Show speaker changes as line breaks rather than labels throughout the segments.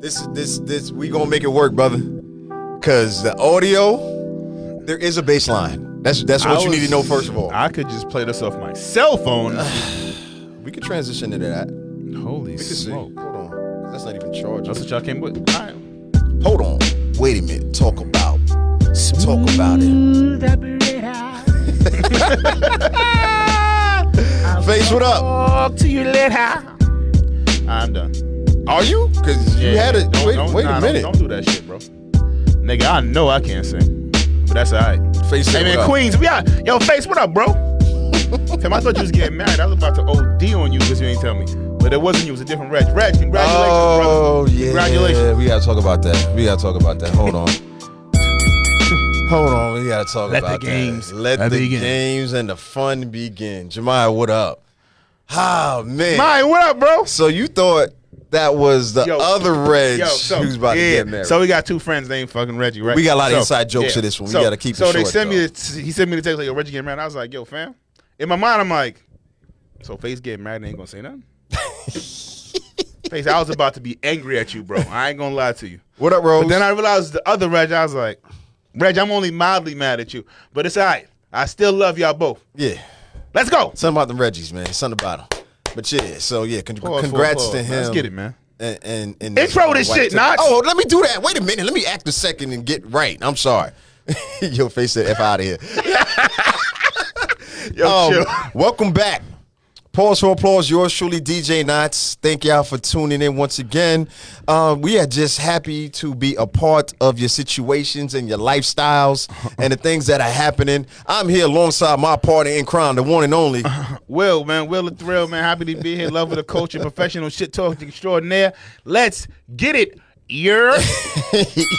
This this this we gonna make it work, brother. Cause the audio, there is a baseline. That's that's what
I
you need
was-
to know first of all.
I could just play this off my cell phone.
we could transition into that. We
Holy
could see.
smoke.
Hold on, that's not even charged.
That's what y'all came with. All right.
Hold on, wait a minute. Talk about talk about it. Face, what up?
Talk to you later. I'm done.
Are you? Cause you had it.
Don't-
Wait,
don't-
wait
nah,
a
don't-
minute.
Don't, do that shit, bro. Nigga, I know I can't sing, but that's all right.
Face,
Hey,
said,
man,
what up?
Queens, we out. Yo, Face, what up, bro? Tim, I thought you was getting married. I was about to OD on you because you ain't tell me. But it wasn't you. It was a different Reg. Reg, congratulations, brother.
Oh yeah.
Congratulations.
We gotta talk about that. We gotta talk about that. Hold on. Hold on. We gotta talk
Let the
about that.
games
Let the
begin.
games and the fun begin. Jemiah, what up? Ah man.
Mine, what up, bro?
so you thought that was the
Yo.
other Reg
Yo, so,
who's about
yeah,
to get married?
So we got two friends named fucking Reggie, right?
We got a lot of
So,
inside jokes to this one. We
So-
gotta keep it
So they
short,
sent me,
though.
the, he sent me the text like, "Yo, Reggie getting married." I was like, "Yo, fam." In my mind, I'm like, "So Face getting married and ain't gonna say nothing." Face, I was about to be angry at you, bro. I ain't gonna lie to you.
what up, Rose?
But then I realized the other Reg. I was like, "Reg, I'm only mildly mad at you, but it's alright. I still love y'all both.
yeah.
Let's go."
Something about the Reggies, man. Something about them. But yeah, so yeah, con-
Pause,
congrats
pause,
to
pause.
him.
Let's get it, man.
And, and, and
Intro this
White
shit,
Tip-
Knox.
Oh, let me do that. Wait a minute. Let me act a second and get right. I'm sorry. Your face said F out of here.
Yo,
Um,
chill.
welcome back. Pause for applause. Yours truly, DJ Knots. Thank y'all for tuning in once again. Uh, we are just happy to be a part of your situations and your lifestyles and the things that are happening. I'm here alongside my partner in crime, the one and only.
Will, man. Will the thrill, man. Happy to be here. Love of the culture, professional shit talk extraordinaire. Let's get it. You're the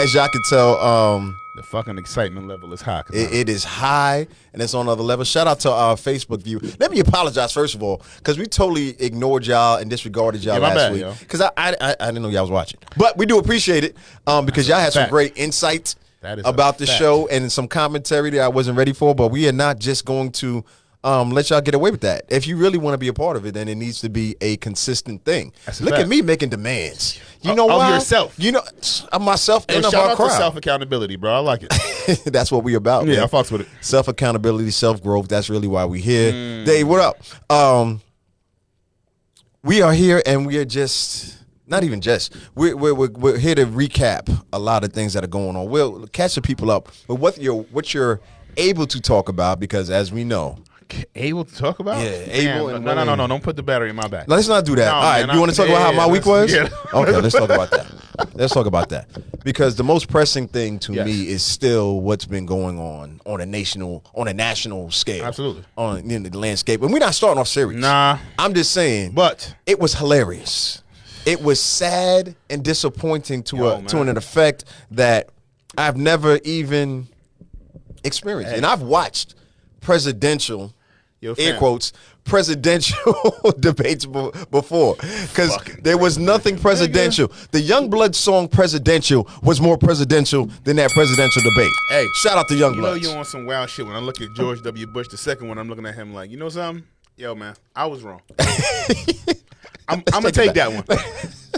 As y'all can tell, um,
fucking excitement level is high. 'cause
It, it is high and it's on another level. Shout out to our Facebook view. Let me apologize first of all because we totally ignored y'all and disregarded y'all
Yeah, my
last
bad,
week
yo.
because I, I I I didn't know y'all was watching, but we do appreciate it um, because y'all had some
fact.
great insights
That is a
about the
fact.
show and some commentary that I wasn't ready for. But we are not just going to. Um, let y'all get away with that. If you really want to be a part of it, then it needs to be a consistent thing.
That's a
Look at
fact.
me making demands. You
Of-
know
of
why?
yourself.
You know, of myself
Yo,
and of
shout
our
out to
crowd.
self accountability, bro. I like it.
that's what we about.
Yeah,
man.
I fucks with it.
Self accountability, self growth. That's really why we here. Dave, what up? Um, we are here, and we are just not even just. We're we're, we're we're here to recap a lot of things that are going on. We'll catch the people up with what you're what you're able to talk about because as we know,
Able to talk about?
Yeah,
Damn,
able and
no, no, no,
willing.
no. Don't put the battery in my back.
Let's not do that.
No,
All right,
man,
you
I-
want to talk about how
yeah,
my week was?
let's- yeah.
Okay, let's talk about that. Let's talk about that because the most pressing thing to
Yes.
me is still what's been going on on a national on a national scale.
Absolutely.
on you know, the landscape, and we're not starting off serious.
Nah.
I'm just saying.
But-
it was hilarious. It was sad and disappointing to
Yo,
a, to
man.
an effect that I've never even experienced, and I've watched presidential
Yo,
air
fam.
quotes presidential debates be- before because there was nothing presidential the young blood song presidential was more presidential than that presidential debate
Hey,
shout out to young
You know
blood
you on some wild shit. When I look at George W. Bush, the second one, I'm looking at him like, you know something? Yo, man, I was wrong. I'm, I'm gonna take that one.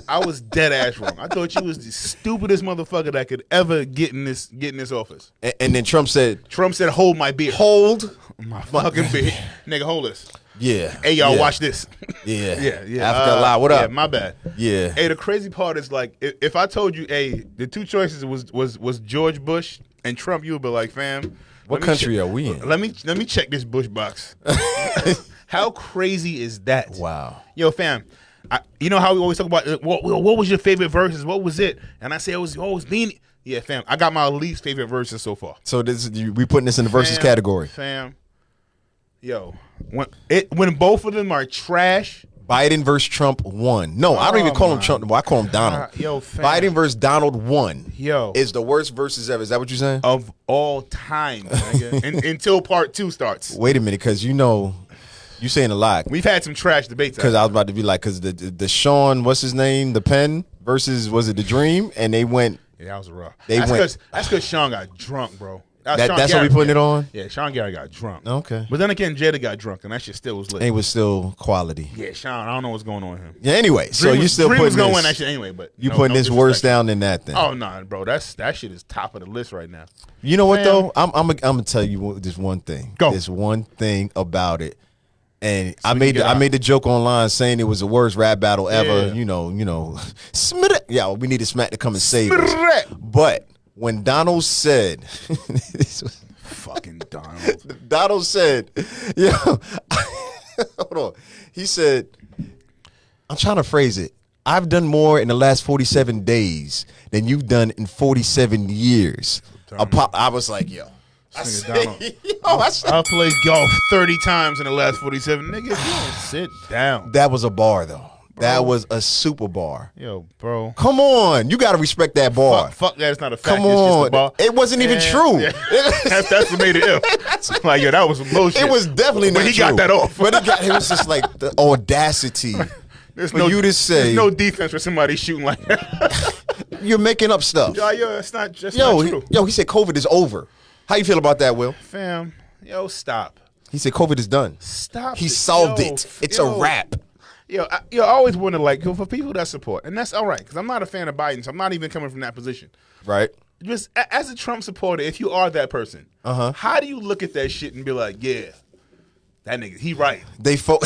I was dead ass wrong. I thought you was the stupidest motherfucker that could ever get in this get in this office.
and, and then trump said
Trump said, "Hold my beer."
hold
my fucking beer, nigga. Hold this.
yeah
Hey, y'all,
yeah,
watch this.
yeah
yeah, yeah.
africa
uh,
live what
Yeah,
up
my bad.
Yeah.
Hey, the crazy part is like, if, if I told you, hey, the two choices was was was George Bush and Trump, you would be like, fam.
What
let me
country
che-
are we in?
Let me let me check this Bush box. how crazy is that?
Wow.
Yo, fam. I, you know how we always talk about uh, what, what what was your favorite verses? What was it? And I say it was always lean. Yeah, fam. I got my least favorite verses so far.
so this is- you, we putting this in the versus
Fam,
category
fam. Yo, when it when both of them are trash,
Biden versus Trump won. No, I don't even
Oh
call him
my
Trump. no more. I call him Donald.
God. Yo, fam.
Biden versus Donald won.
Yo.
is the worst versus ever. Is that what you're saying? Oh,
of all time, nigga. Un- until part two starts.
Wait a minute, because you know, you saying a lot.
We've had some trash debates.
Because I was about to be like, because the, the the Sean, what's his name, the pen versus was it the Dream, and they went.
yeah, that was rough.
They
that's
went-
Cause, that's because Sean got drunk, bro. That-
That,
Uh, Sean
that's what we
Garrett-
putting it on.
Yeah, Sean Gary got drunk.
Okay,
But then again, Jada got drunk, and that shit still was lit.
and it was still quality.
Yeah, Sean, I don't know what's going on with him.
Yeah. Anyway, so
Dream
you
was-
still
Dream
putting
was gonna win that
this,
shit anyway, but
you
no-
putting
no
this worse
disrespect.
down than that then.
Oh no, bro, that's that shit is top of the list right now.
You know what
Man.
though? I'm I'm I'm gonna tell you one- this one thing.
Go.
This one thing about it, and I
we can
made
get
the, I
out.
made the joke online saying it was the worst rap battle ever.
Yeah.
You know, you know, Smith. Yeah, we needed Smack to come and save us.
Brrrr.
But when Donald said, this was-
Fucking Donald.
Donald said, "Yo, hold on," he said, "I'm trying to phrase it. I've done more in the last 47 days than you've done in 47 years." I, pop, I was like, "Yo." I
This nigga
said,
Donald.
yo, I said,
I played golf thirty times in the last forty-seven. Nigga, you don't sit down.
That was a bar, though. That was a super bar.
Yo, bro.
Come on, you got to respect that bar.
Fuck, fuck that. It's not a fact.
Come
it's just
on,
a ball.
it wasn't even
Yeah,
true.
yeah. that's, that's what made it ill. like, yo, that was some bullshit.
It was definitely
But
not
he got
true.
that off.
But he got it was just like the audacity
There's
for you to say
There's no defense for somebody shooting like that.
you're making up stuff.
yo, yo, it's not just
Yo,
not
he,
true.
yo, he said COVID is over. How you feel about that, Will?
Fam, yo, stop.
He said COVID is done.
Stop.
He solved
Yo,
it. It's
yo.
a wrap.
Yo, I, yo, I always wonder, like, for people that support, and that's all right, because I'm not a fan of Biden, so I'm not even coming from that position.
Right.
Just a- as a Trump supporter, if you are that person, uh-huh. how do you look at that shit and be like, yeah, that nigga, he right.
They fo-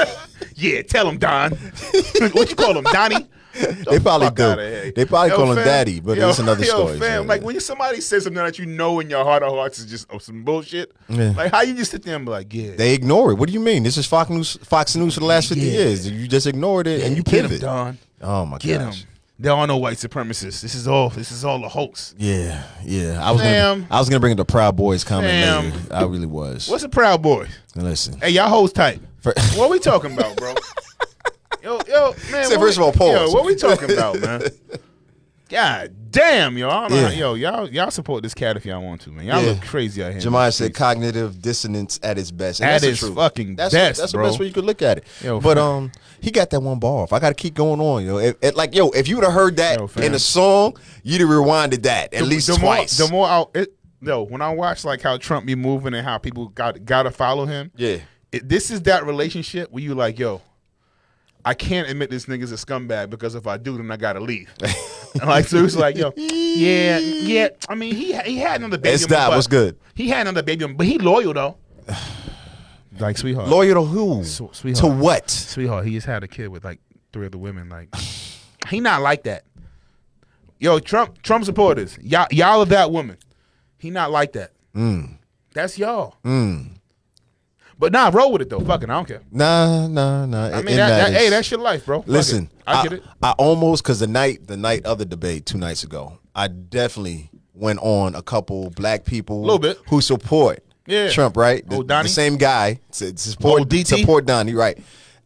Yeah, tell him Don. what you call him, Donnie?
They probably
Fuck
do.
outta here.
They probably
Yo,
call him
fam,
daddy, but
yo,
it's another
yo,
story.
Fam,
yeah.
Like when you, somebody says something that you know in your heart of hearts is just oh, some bullshit.
Yeah.
Like how you just sit there and be like, yeah,
They ignore it. What do you mean? This is Fox News. Fox News for the last fifty
Yeah.
years. You just ignored it and you
get him,
pivot.
Don.
oh my
Get
gosh.
him. There are no white supremacists. This is all. This is all a hoax.
Yeah, yeah. I was
Fam.
gonna I was gonna bring up the Proud Boys comment
Fam.
later. I really was.
What's a Proud Boy?
Listen.
Hey, y'all hoes tight.
For-
What we talking about, bro? yo, yo, man.
Say,
what
first
we-
of all,
Yo,
pause.
what we talking about, man? God damn, yo! I don't know
Yeah.
how- yo, y'all, y'all support this cat if y'all want to, man. Y'all
Yeah.
look crazy out here.
Jemiah said cognitive dissonance at its best. And
At
that's the
its
truth.
fucking
that's
best,
that's
bro.
the best way you could look at it.
Yo,
but
fam.
um, he got that one bar off. I got to keep going on, yo. It, it- like yo, if you'd have heard that
Yo, fam.
in a song, you'd have rewinded that at
The-
least
the
twice.
More, the more I, it, no, when I watch like how Trump be moving and how people got gotta follow him.
yeah,
it, this is that relationship where you like, yo, I can't admit this nigga's a scumbag because if I do, then I gotta leave. and like, so it's like, yo, yeah, yeah. I mean, he he had another baby.
It's
on the
that.
butt.
What's good?
He had another baby, on- but he loyal though. like sweetheart,
Loyal to who?
Sw-
to
sweetheart.
what?
sweetheart. He just had a kid with like three other women. Like, he not like that. Yo, Trump Trump supporters, y'all y'all are that woman. He not like that.
Mm.
That's y'all. But nah, roll with it though. Fucking, I don't care.
Nah, nah, nah.
I mean, that, that, hey, that's your life, bro. Fuck it.
Listen,
I, get it.
I almost because the night, the night of the debate two nights ago, I definitely went on a couple black people,
Little bit.
who support
Yeah.
Trump, right? The,
Oh, Donnie?
the same guy to to support
Oh, DT?
support Donnie, right?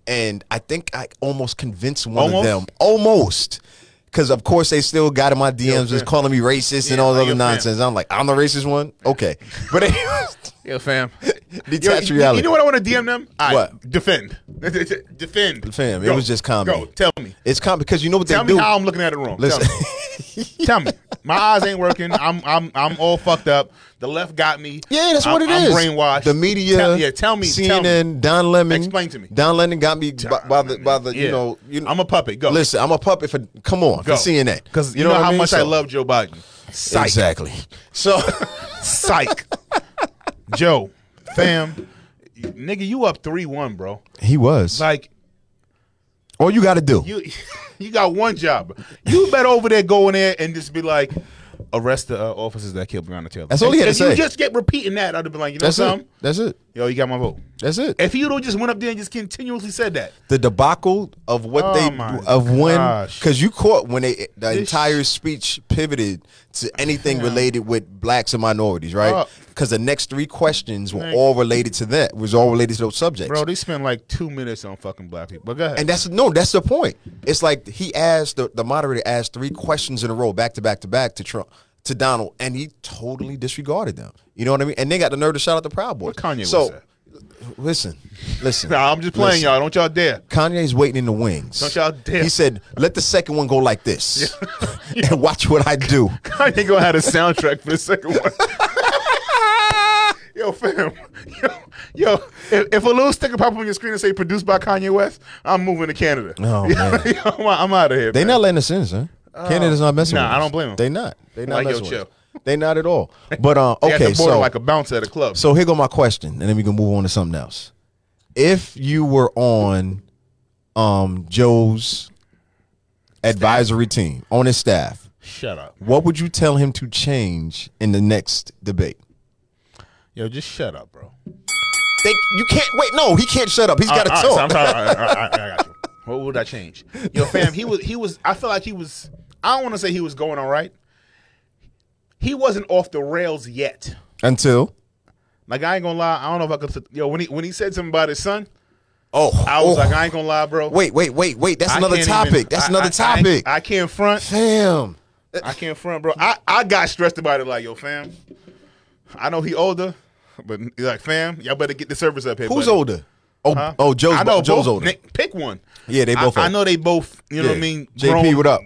And I think I almost convinced one
Almost?
of them, almost. Because of course they still got in my DMs,
fam.
just calling me racist and
Yeah,
all
like,
the other
yo, fam.
nonsense. I'm like, I'm the racist one, okay. But
Yeah, fam.
Detached
you,
reality.
You know what I want to DM them? I
What?
Defend. Defend.
Fam, it
Go.
was just comedy.
Go. Tell me.
it's kind because you know what
Tell
they
me
do.
how I'm looking at it wrong.
Listen.
Tell me. Tell me. My eyes ain't working. I'm I'm I'm all fucked up. The left got me.
Yeah, that's
I'm,
what it is.
I'm brainwashed.
The media.
Tell, yeah, tell me.
CNN.
tell me.
Don Lemon.
Explain to me.
Don Lemon got me by, by the by the
Yeah.
you know you
I'm a puppet. Go.
listen. I'm a puppet for come on
Go.
for CNN
Because you, know,
what
how
mean?
much I
So-
love Joe Biden. Psych.
exactly. So
Psych. Joe. Fam. Nigga, you up three one, bro.
he was.
Like
All you got to do.
You you got one job. You better over there go in there and just be like, arrest the uh, officers that killed Breonna Taylor.
That's all he had
if,
to
if
say.
you just get repeating that, I'd have been like, you know
That's
something?
it. That's it.
Yo, you got my vote.
That's it.
If you don't just went up there and just continuously said that,
the debacle of what
Oh
they
my
of when
gosh.
because you caught when they the entire
sh-
speech pivoted to anything related with blacks and minorities, right?
Oh.
Because the next three questions were
Man.
all related to that. Was all related to those subjects.
bro, they spent like two minutes on fucking black people. But go ahead.
And that's no, that's the point. It's like he asked the, the moderator asked three questions in a row, back to back to back to Trump to Donald, and he totally disregarded them. You know what I mean? And they got the nerve to shout out the Proud Boys.
Kanye
so,
was that?
listen, listen.
nah, I'm just playing
listen.
y'all. Don't y'all dare.
Kanye's waiting in the wings.
Don't y'all dare.
He said, "Let the second one go like this, and watch what I do."
Kanye gonna have a soundtrack for the second one. Yo, fam. Yo, yo if, if a little sticker pop up on your screen and say produced by Kanye West, I'm moving to Canada.
Oh, man.
Yo, I'm, out of here.
They
fam.
not letting us in, son. Canada's not messing
Oh. nah,
with
I
us.
don't blame 'em.
They not. They not
Like, yo,
messing with us.
chill.
They not at all. But um,
They at the
okay,
border
so
like a bouncer at a club.
so here go my question, and then we can move on to something else. If you were on um Joe's advisory team on his staff,
Shut up.
what would you tell him to change in the next debate?
Yo, just shut up, bro.
They, you can't wait. No, he can't shut up. He's got to
All right, Uh, so I'm
talk.
sorry. All right, all right, all right, uh, I got you. What would I change? Yo, fam, he was he was I feel like he was I don't want to say he was going all right. He wasn't off the rails yet.
Until
Like I ain't gonna lie, I don't know if I could yo, when he when he said something about his son,
oh,
I was
oh.
like, I ain't gonna lie, bro.
wait, wait, wait, wait. That's
I
another
can't
topic.
even-
That's
I-
another
I- I-
topic.
I, can't front.
Damn.
I can't front, bro. I, I got stressed about it like, yo, fam. I know he older, but like, fam, y'all better get the service up here.
Who's
buddy.
older? Oh, oh, Joe's,
I know
Joe's
both-
older.
Nick, Pick one.
Yeah, they both
I, I
old.
know they both. You know what I
Yeah.
mean?
JP, what up?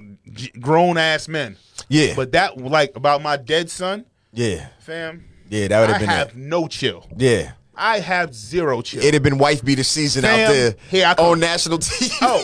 Grown ass men.
Yeah.
But that, like, about my dead son,
yeah,
fam.
yeah, that would
I
have been
have
that.
no chill.
Yeah,
I have zero chill.
it'd have been wife beater season out
Fam,
there
here I come.
on national TV.
oh,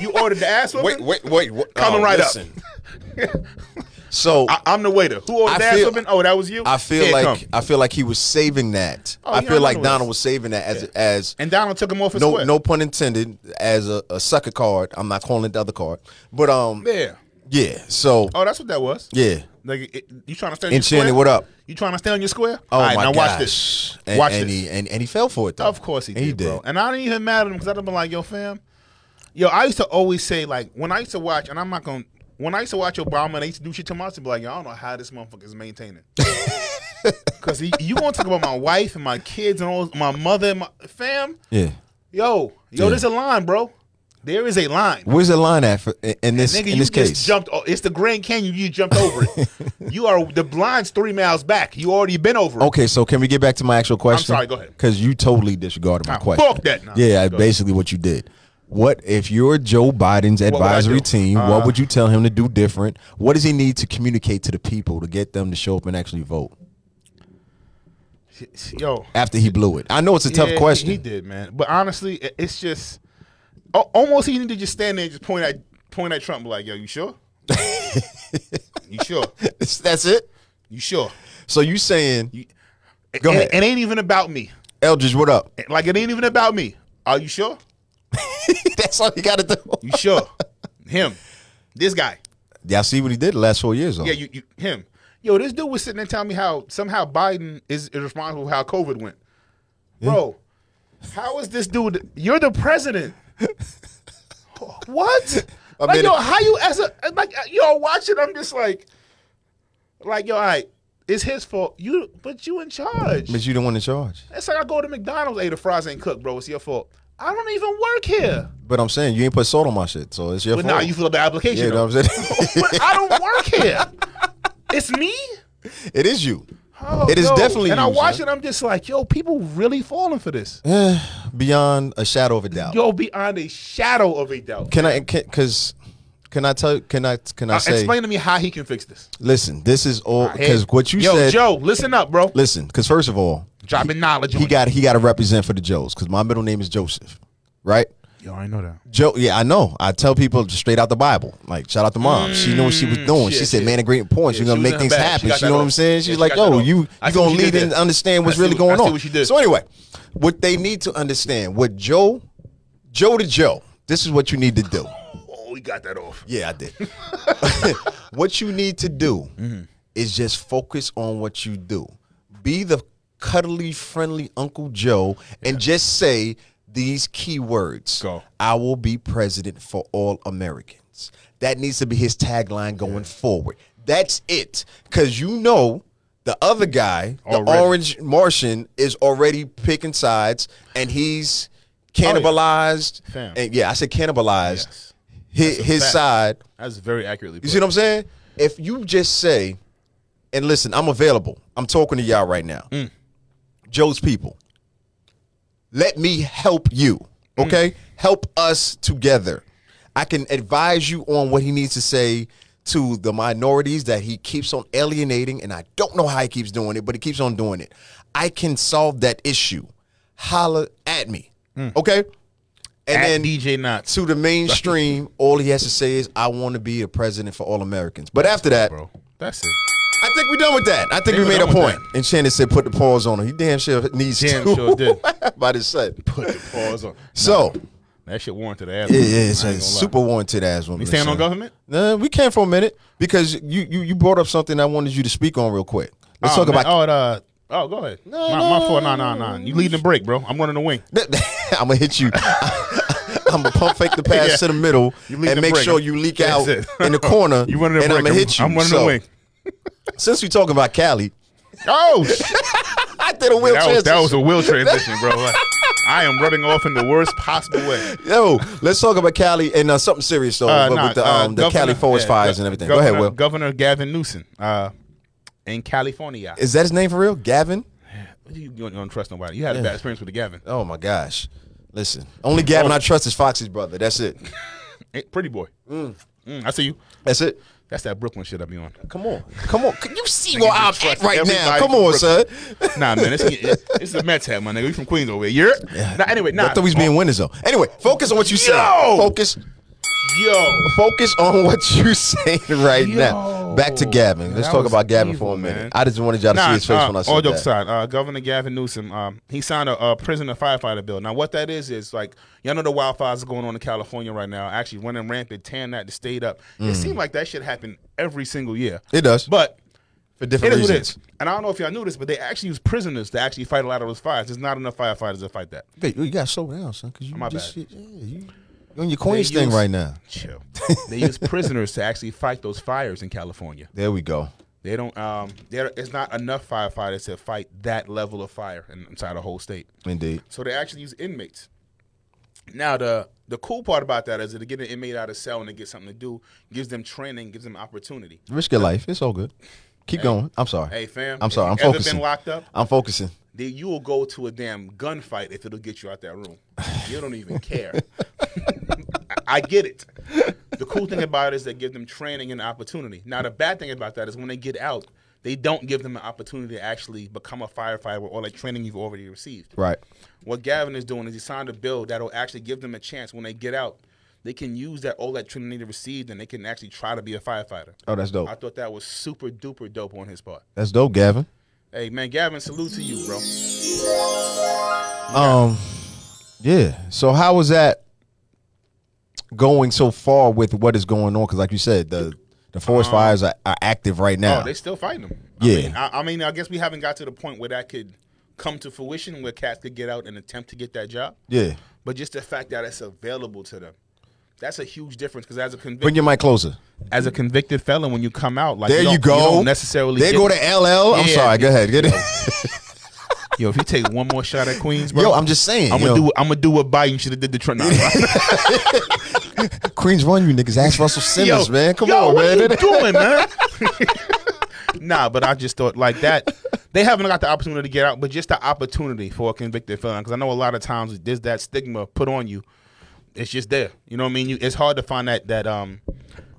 you ordered the ass
wait,
whipping?
wait, wait, wait.
Coming right up.
up. so I,
Oh, I, I'm the waiter. Who ordered
I
the ass
feel-
whipping? Oh, that was you.
feel
Here it
like
come.
I feel like he was saving that.
Oh,
I
yeah,
feel
I
like
know it is.
Donald was saving that as as
and Donald took him off his
no
square.
no pun intended as a, a sucker card. I'm not calling it the other card, but um
Yeah.
yeah. So
Oh, that's what that was.
yeah.
Like, it, you trying to stay
And
on your square?
Shannon, what up?
You trying to stay on your square?
Oh
All right,
my
now
gosh!
watch this.
And,
watch
and
this.
He, and and he fell for it though.
Of course he did,
And
bro. And I didn't even mad at him because I done been like, yo, fam. Yo, I used to always say, like, when I used to watch, and I'm not going to, when I used to watch Obama and they used to do shit to my, I used to be like, yo, I don't know how this motherfucker is maintaining. Because you going to talk about my wife and my kids and all, my mother and my, fam.
Yeah.
Yo, yo,
Yeah.
there's a line, bro. There is a line.
Where's the line at for, in- in this
Nigga,
in
you
this
just
case?
jumped. o- It's the Grand Canyon. You jumped over it. you are the blind's three miles back. You already been over it.
Okay, so can we get back to my actual question?
sorry, go ahead.
Because you totally disregarded my
Nah,
question.
fuck that. Nah, go
yeah,
ahead.
basically what you did. What if you're Joe Biden's
would I
advisory
do? Uh-huh.
team? what would you tell him to do different? What does he need to communicate to the people to get them to show up and actually vote
Yo,
after he blew it? I know it's a tough
Yeah, he-
question.
He did, man. But honestly, i- it's just al- almost he need to just stand there and just point at point at Trump, be like, "Yo, you sure? you sure?
It's- That's it.
You sure?
So you saying,
It,
Go ahead.
it ain't even about me.
Eldridge, what up?
It- Like it ain't even about me. Are you sure?
That's all you got to do.
You sure? him, this guy.
Y'all see what he did the last four years? Though.
Yeah, you, you him. Yo, this dude was sitting there telling me how somehow Biden is is responsible for how COVID went. Bro, how is this dude? You're the president. what?
I
like
mean-
yo, how you as a like yo watching? I'm just like, like yo, all right, it's his fault. You, but you in charge.
but you the one in charge.
It's like I go to McDonald's, hey, the fries ain't cooked, bro. It's your fault. I don't even work here.
But I'm saying you ain't put salt on my shit, so it's your
But now
fault.
you fill up the application.
yeah, you know
though.
what I'm saying.
but I don't work here. It's me.
it is you.
Oh,
It is
yo.
definitely
And I
you,
watch
son.
it. I'm just like, yo, people really falling for this.
Eh, beyond a shadow of a doubt.
Yo, beyond a shadow of a doubt.
Can I? Can, Cause can I tell? Can I? Can I
Uh,
say?
explain to me how he can fix this.
listen, this is all
Hey,
because what you
yo,
said.
Joe, listen up, bro.
Listen, because first of all,
Dropping knowledge.
he
on
got he got to represent for the Joes. Because my middle name is Joseph, right?
You. Yo, I know that.
Joe, yeah, I know. I tell people just straight out the Bible. Like, shout out to mom. she knew what she was doing. she
Mm, shit,
said,
shit.
"Man, of great points.
Yeah,
You're gonna
she was
make
in
things
her bag.
happen."
She got
You
that
know what
off.
I'm saying? She's
Yeah, she
like,
got that
"Yo,
off.
you
I
you
see what
gonna
she
lead
did
and
there.
understand what's
I see
really
what-
going
I see
on."
what she did.
So anyway, what they need to understand, what Joe, Joe to Joe, this is what you need to do.
Oh, we got that off.
Yeah, I did. what you need to do
Mm-hmm.
is just focus on what you do. Be the cuddly, friendly Uncle Joe and just say these key words.
Go.
I will be president for all Americans. That needs to be his tagline going forward. That's it. Because you know the other guy, the
Already.
orange Martian, is already picking sides and
Oh,
he's cannibalized.
Fam.
And yeah, I said cannibalized
Yes.
his, his
fact.
side.
That's very accurately.
You see what I'm saying? If you just say, and listen, I'm available. I'm talking to y'all right now. Joe's people. Let me help you. Okay? Help us together. I can advise you on what he needs to say to the minorities that he keeps on alienating, and I don't know how he keeps doing it, but he keeps on doing it. I can solve that issue. Holla at me, okay? And
At
then
DJ Knots.
to the mainstream, all he has to say is, "I want to be a president for all Americans." But after that,
bro. That's it.
I think we're done with that. I think
Think
we made
we're
a
done with
point. And Shannon said, "Put the pause on him." He damn sure needs
Damn
to.
sure did.
by the set.
Put the pause on.
So
That shit warranted the ass.
yeah,
whooping.
yeah,
I
it's
ain't
a
gonna lie.
super warranted ass woman.
You stand on
son.
government?
Nah, we can't for a minute because you you you brought up something I wanted you to speak on real quick. Let's
oh,
talk about.
man. Oh, the, oh, go ahead. No, my, my fault. No, no, no. You leading the break, bro. I'm running the wing.
I'm gonna hit you. I'm gonna pump fake the pass
Oh. Yeah.
to the middle
You leak
and
the
make
break.
sure you leak
That's
out
it.
in the corner.
You running the
and
break.
I'm gonna hit you.
I'm running
So,
the wing.
Since we talking about Cali,
Oh, shit.
I did a wheel
that was that was
transition.
a wheel transition, bro. Like, I am running off in the worst possible way.
Yo, let's talk about Cali and uh, something serious though,
Uh,
but
nah,
with the
uh,
um, the Cali
Governor-
forest
yeah,
fires
Gov-
and everything. Go
Governor,
ahead, Will.
Governor Gavin Newsom uh, in California.
Is that his name for real? Gavin?
You, you don't, you don't trust nobody. You had a bad experience with the Gavin.
Oh my gosh. Listen, only Gavin I trust is Foxy's brother. That's it.
Eh, pretty boy. Mm, I see you.
That's it.
That's that Brooklyn shit I be on.
Come on. Come on. Can you see where I'm at
trust
right now?
everybody
Come on,
from
son.
Nah, man, it's, it's the Mets hat, my nigga. You from Queens over here. You're nah, anyway. Nah,
I thought we was being winners though. Anyway, focus on what you said.
Yo!
Focus
yo.
focus on what you saying right now. Back to
Yo.
Gavin. Let's
That
talk
was
about Gavin
evil,
for a minute.
man.
I just wanted y'all to see his face
uh,
when I
all
said
jokes
that.
aside, uh, Governor Gavin Newsom, um, he signed a, a prisoner firefighter bill. Now, what that is is like y'all know the wildfires are going on in California right now, actually running rampant, tearing that the state up.
Mm.
It seemed like that shit happened every single year.
It does.
but
For
it
different
is what it
reasons.
is. And I don't know if y'all knew this, but they actually use prisoners to actually fight a lot of those fires. There's not enough firefighters to fight that.
Wait, you gotta slow down, son, because you
My
just
bad.
yeah, you you on your Queens
They
thing
use-
right now.
Chill. they use prisoners to actually fight those fires in California.
There we go.
They don't. Um, there is not enough firefighters to fight that level of fire in- inside the whole state.
Indeed.
So they actually use inmates. Now the the cool part about that is that to get an inmate out of cell and to get something to do gives them training, gives them opportunity.
Risk your life. It's all good. Keep going. I'm sorry.
Hey fam,
I'm sorry. I'm
If you
focusing.
Ever been locked up?
I'm focusing.
Then you will go to a damn gunfight if it'll get you out that room. You don't even care. I- I get it. The cool thing about it is they give them training and opportunity. Now the bad thing about that is when they get out, they don't give them an opportunity to actually become a firefighter with all that training you've already received.
Right.
What Gavin is doing is he signed a bill that'll actually give them a chance when they get out. They can use that all that training they received and they can actually try to be a firefighter.
Oh, that's dope.
I thought that was super duper dope on his part.
That's dope, Gavin.
Hey man, Gavin, salute to you, bro.
Um, yeah. So how is that going so far with what is going on? Because like you said, the the forest fires are, are active right now.
Um, Oh, they still fighting them.
Yeah.
I mean, I, I mean, I guess we haven't got to the point where that could come to fruition where cats could get out and attempt to get that job.
yeah.
But just the fact that it's available to them. That's a huge difference because as a convicted
Bring your mic closer.
as a convicted felon, when you come out, like
There you,
don't-
go.
don't necessarily
There
get-
go to LL. I'm
Yeah.
sorry. Go ahead. Get it.
Yo, if you take one more shot at Queens, bro,
Yo, I'm just saying.
I'm
you
gonna
know,
do. I'm gonna do what Biden should have did to Trump. Nah, bro.
Queens run you niggas. Ask Russell Simmons, man. Come
yo,
on,
what
man.
Are you doing, man? nah, but I just thought like that. They haven't got the opportunity to get out, but just the opportunity for a convicted felon. Because I know a lot of times there's that stigma put on you. It's just there. You know what I mean? You, it's hard to find that that um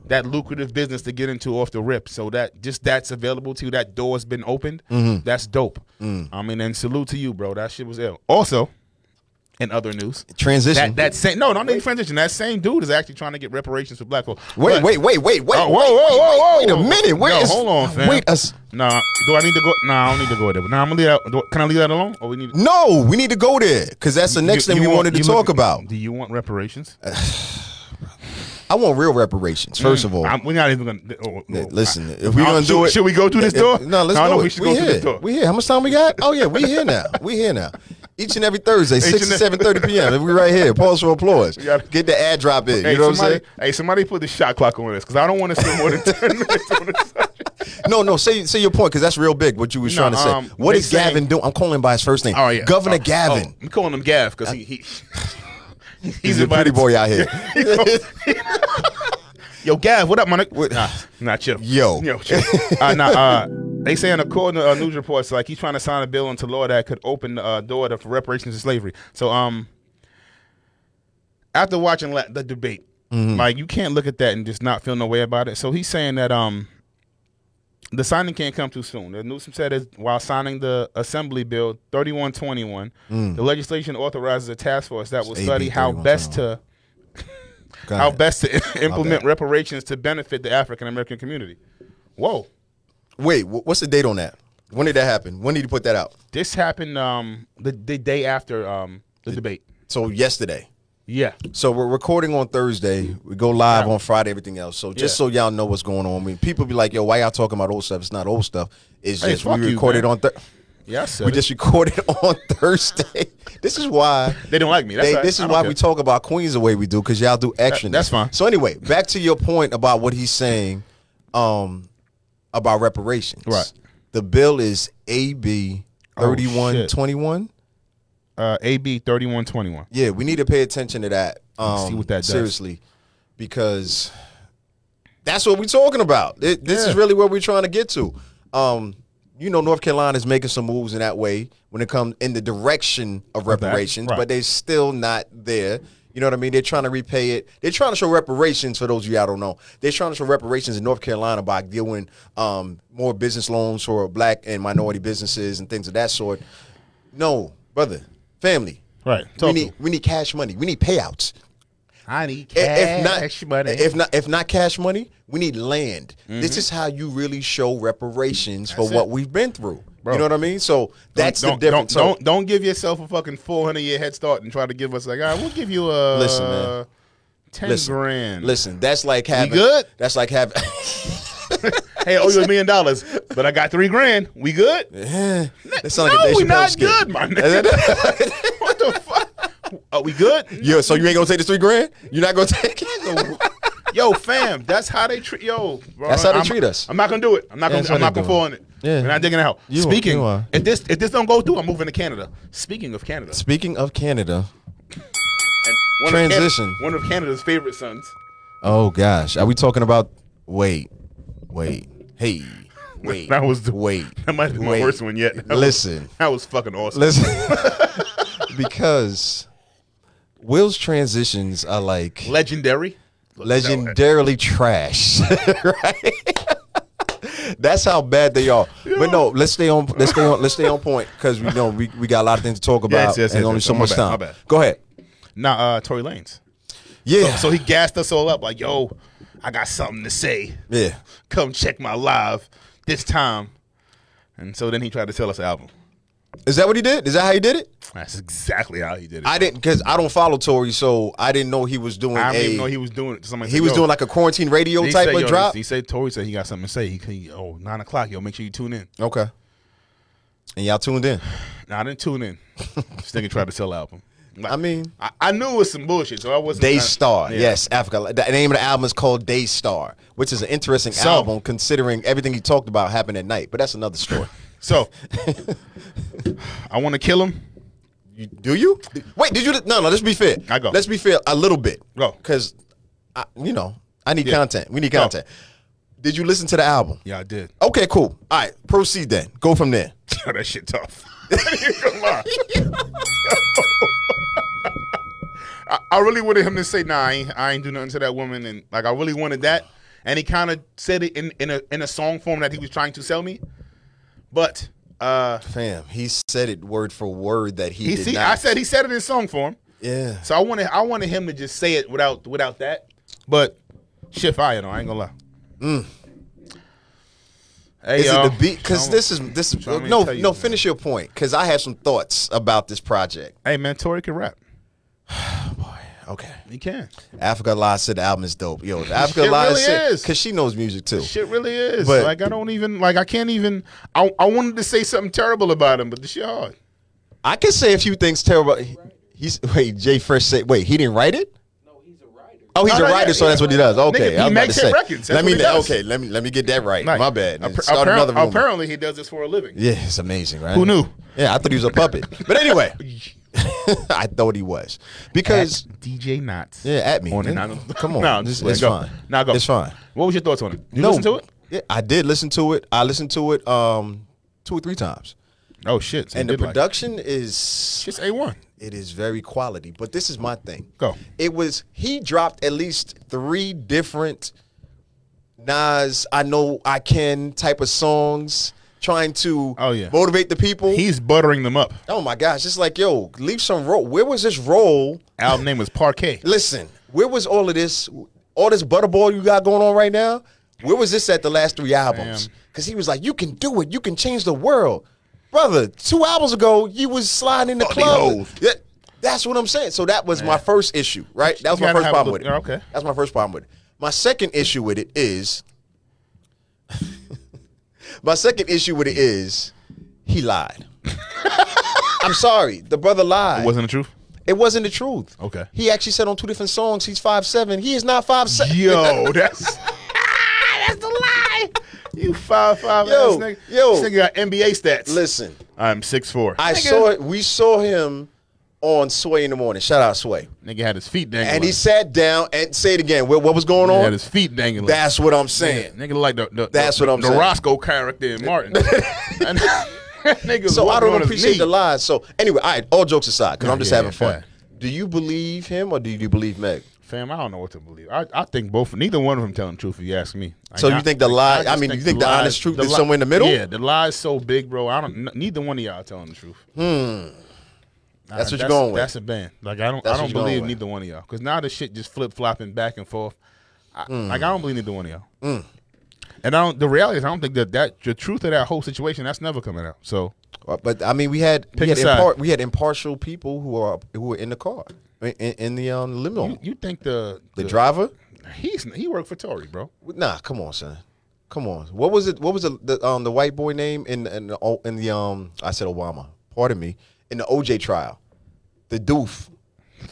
that lucrative business to get into off the rip. So that just that's available to you. That door's been opened.
Mm-hmm.
That's dope.
Mm.
I mean, and salute to you, bro. That shit was ill. Also, in other news,
Transition.
that, that same no, not even transition. That same dude is actually trying to get reparations for black folks.
wait,
But-
wait, wait, wait, wait.
Oh, whoa, whoa, whoa, whoa!
wait a minute. Wait
Yo,
a-
hold on, fam.
wait a s-
Nah, do I need to go? Nah, I don't need to go there. But nah, I'm gonna leave that. do- Can I leave that alone? Or we need?
No, we need to go there because that's the next
You-
thing
you
we
want-
wanted to
you
talk
look-
about.
Do you want reparations?
I want real reparations, first of all.
Mm, I'm, we're not even gonna. Oh, oh,
Listen,
I-
if we
I-
gonna
should-
do it,
should we go through this
Eh, eh,
door?
No, let's
I
do
know
it.
we should
we
go
here.
through this door.
We here. How much time we got? Oh yeah, we here now. We here now. Each and every Thursday, six
and
to
every-
seven thirty p.m. We right here. Pause for applause.
gotta-
Get the ad drop in.
Hey,
you know
somebody,
what
hey, somebody put the shot clock on this because I don't want to spend more than ten minutes on this.
I'm saying? No, no. Say say your point because that's real big. What you was
No,
trying to say.
um,
what
they
is Gavin
saying-
doing? I'm calling by his first name.
Oh yeah,
Governor
Oh,
Gavin.
oh, I'm calling him Gav because he, he he's,
He's a pretty
invited-
boy out here.
Yo, Gav, what up, my nigga? Nah, nah, chill.
Yo.
yo, chill. uh, nah, uh, they saying according to uh, news reports, like he's trying to sign a bill into law that could open the uh, door to for reparations to slavery. So, um, after watching la- the debate, Like you can't look at that and just not feel no way about it. So he's saying that um the signing can't come too soon. The Newsom said is while signing the Assembly Bill 3121, the legislation authorizes Mm. a task force that will
It's AB
study how best to
Go
how
ahead.
best to implement
bad.
reparations to benefit the African American community. Whoa.
Wait, wh- what's the date on that? When did that happen? When did you put that out?
This happened um the, the day after um the debate.
So yesterday.
Yeah.
So we're recording on Thursday. We go live on Friday. Everything else. So just
Yeah.
so y'all know what's going on. I mean, people be like, "Yo, why y'all talking about old stuff? It's not old stuff. It's
Hey,
just
fuck
we
you,
recorded
man.
on Thursday.
Yeah, I said
We
it.
just recorded on Thursday. This is why
they don't like me. That's
they-
all right.
this
I
is
don't
why
care.
we talk about Queens the way we do because y'all do action.
that's fine.
So anyway, back to your point about what he's saying um, about reparations.
Right.
The bill is AB
Oh,
thirty one
shit.
twenty one.
uh, AB thirty one twenty one.
Yeah, we need to pay attention to that. Um,
see what that does.
seriously, because that's what we're talking about. It, this is
Yeah.
really where we're trying to get to. Um, you know, North Carolina is making some moves in that way when it comes in the direction of
that,
reparations,
right.
but they're still not there. You know what I mean? They're trying to repay it. They're trying to show reparations for those of you I don't know. They're trying to show reparations in North Carolina by doing um, more business loans for black and minority businesses and things of that sort. No, brother, family,
Right.
we
Talk to
need we need cash money. We need payouts.
I need
I-
cash
if not, if not, if not cash money, we need land.
Mm-hmm.
This is how you really show reparations for what we've been through. You know what I mean? So that's
don't,
the difference.
Don't,
So-
don't don't give yourself a fucking four hundred year head start and try to give us like, all right, we'll give you a
Listen, man.
ten
listen,
grand.
Listen, that's like having
good?
That's like having.
Hey, I owe you a million dollars, but I got three grand. We good?
that sound
no,
like a Dave
we
Chappelle
not
skit.
good, my nigga. what the fuck? Are we good?
Yo, so you ain't gonna take the three grand? You're not gonna take it?
Yo, fam, that's how they treat yo. Bro,
That's how they
I'm-
treat us.
I'm not gonna do it. I'm not
Yeah,
gonna.
that's how
I'm not
they
gonna
do it.
fall in it.
Yeah.
we're not digging it out.
You are-
Speaking,
you are.
if this if this don't go through, I'm moving to Canada. Speaking of Canada,
Speaking of Canada,
and one of Can-
Transition.
one of Canada's favorite sons.
oh gosh, are we talking about? Wait, wait, hey, wait.
That was the-
wait.
That might have been
wait.
my worst one yet. That was-
Listen.
that was fucking awesome.
Listen, because Will's transitions are like
Legendary.
legendarily trash. right? That's how bad they are. But no, let's stay on. Let's stay on. Let's stay on point because we know we, we got a lot of things to talk about
Yes, yes,
and
yes,
only
yes.
so
My
much
bad, my
time.
bad.
Go ahead.
Nah, uh, Tory Lanez.
Yeah.
So he gassed us all up like, "Yo, I got something to say.
yeah.
Come check my live this time." And so then he tried to sell us an album.
Is that what he did? Is that how he did it?
That's exactly how he did it.
I didn't because I don't follow Tory, so I didn't know he was doing.
I
a,
didn't even know he was doing it. Somebody
he
said,
was
yo,
doing like a quarantine radio
he
type
said,
of
yo,
drop.
He said Tory said he got something to say. He, he oh nine o'clock. Yo, make sure you tune in.
okay. And y'all tuned in.
Nah, I didn't tune in. this nigga tried to sell an album. Like,
I mean-
I, I knew it was some bullshit, so I wasn't. I-
Daystar,
yeah.
yes, Africa. The name of the album is called Daystar, which is an interesting
So-
album considering everything he talked about happened at night. But that's another story.
So I want to kill him.
You- do you? Wait, did you? No, no. Let's be fair.
I go.
Let's be fair a little bit.
Go.
because you know I need
Yeah.
content. We need
Go.
content. Did you listen to the album?
Yeah, I did.
Okay, cool. All right, proceed then. Go from there.
that shit tough. Come on. I, I really wanted him to say, "Nah, I ain't, I ain't do nothing to that woman," and like I really wanted that. And he kind of said it in, in a in a song form that he was trying to sell me, but uh,
Fam, he said it word for word that he,
he
did
see,
not.
I said he said it in song form.
yeah.
So I wanted I wanted him to just say it without without that. But shit fire though, I ain't gonna lie. Hey,
Mm. Is
y'all.
it the beat? Because
Tryna-
this is this. Is,
tryna
no,
tell you,
no.
man.
Finish your point, because I have some thoughts about this project.
Hey man, Tori can rap.
Okay.
He can.
Africa Lies said the album is dope. Yo, if Africa
It
Lies
really
said
is.
because she knows music too.
Shit really is.
But-
like I don't even like I can't even I I wanted to say something terrible about him, but the shit hard.
I can say a few things terrible. He's wait. Jay Fresh said wait. He didn't write it. No, he's a writer. Oh, he's
No, no,
a writer,
yeah,
so
yeah.
that's what he does. Okay,
Nigga,
I
he
was about to
makes hit
say.
records. That's
Let me
what he does.
okay. Let me let me get that right.
Like,
My bad.
appar-
Start
appar-
another rumor.
apparently he does this for a living.
Yeah, it's amazing, right?
Who knew?
Yeah, I thought he was a puppet. But anyway, I thought he was because
DJ Knots.
yeah, at me.
On and
Nigga,
on.
Come on,
Nah,
it's,
let's
it's
go.
fine.
Nah, go.
It's fine.
What was your thoughts on it? You listen to it?
Yeah, I did listen to it. I listened to it um two or three times.
Oh shit. So
and the
you did like it.
production is
It's A one.
It is very quality. But this is my thing.
Go.
It was he dropped at least three different Nas, I know I can type of songs, trying to
Oh, yeah.
motivate the people.
He's buttering them up.
oh my gosh, it's like yo, leave some roll. Where was this roll?
Album name was Parquet.
Listen, where was all of this, all this butterball you got going on right now? Where was this at the last three albums?
Damn.
Because he was like, you can do it, you can change the world, brother. Two albums ago, you was sliding in the
Bloody
club.
hoes.
Yeah, that's what I'm saying. So that was my first issue, right? That was
You
my
gotta
first
have a
problem with it.
little- okay.
That's my first problem with it. My second issue with it is, my second issue with it is, he lied. I'm sorry, the brother lied.
Wasn't the truth?
It wasn't the truth.
Okay.
He actually said on two different songs he's five seven. He is not five seven.
Yo, that's that's the lie. You five five
Yo,
ass nigga.
yo.
This nigga got NBA stats.
Listen,
I'm six four.
I saw it. We saw him on Sway in the morning. Shout out Sway.
nigga had his feet dangling.
And he sat down and say it again. What, what was going
Nigga had
on?
his feet dangling.
That's what I'm saying.
nigga, nigga like the, the
That's
the,
what I'm
the
saying.
Roscoe character in Martin. And nigga
So I don't appreciate
appreciate
the lies. So anyway, all right. All jokes aside, because I'm just
yeah,
having
yeah,
fun.
fair.
Do you believe him or do you believe Meg?
Fam, I don't know what to believe. I, I think both, neither one of them telling the truth. If you ask me, Like,
So you
I-
think the lie- I
just
mean, you think the
lie-
honest truth is
lie-
somewhere in the middle?
Yeah, the lie is so big, bro. I don't. n- Neither one of y'all telling the truth. Hmm.
That's what you're going with.
That's a ban. Like I don't.
That's
I
what
don't
you're going
believe
with.
neither one of y'all. Because now the shit just flip flopping back and forth. I,
Hmm.
Like I don't believe neither one of y'all. And I don't. The reality is, I don't think that that the truth of that whole situation that's never coming out. So
Uh, But I mean, we had we
Pick
had,
a side.
impar- we had impartial people who are who were in the car in, in, in the um, limo.
you, you think the
the driver.
he's he worked for Tory, bro?
Nah, come on, son. Come on. What was it? What was the, the um the white boy name in in the, O- in the um I said Obama. Pardon me. In the OJ trial, the doof,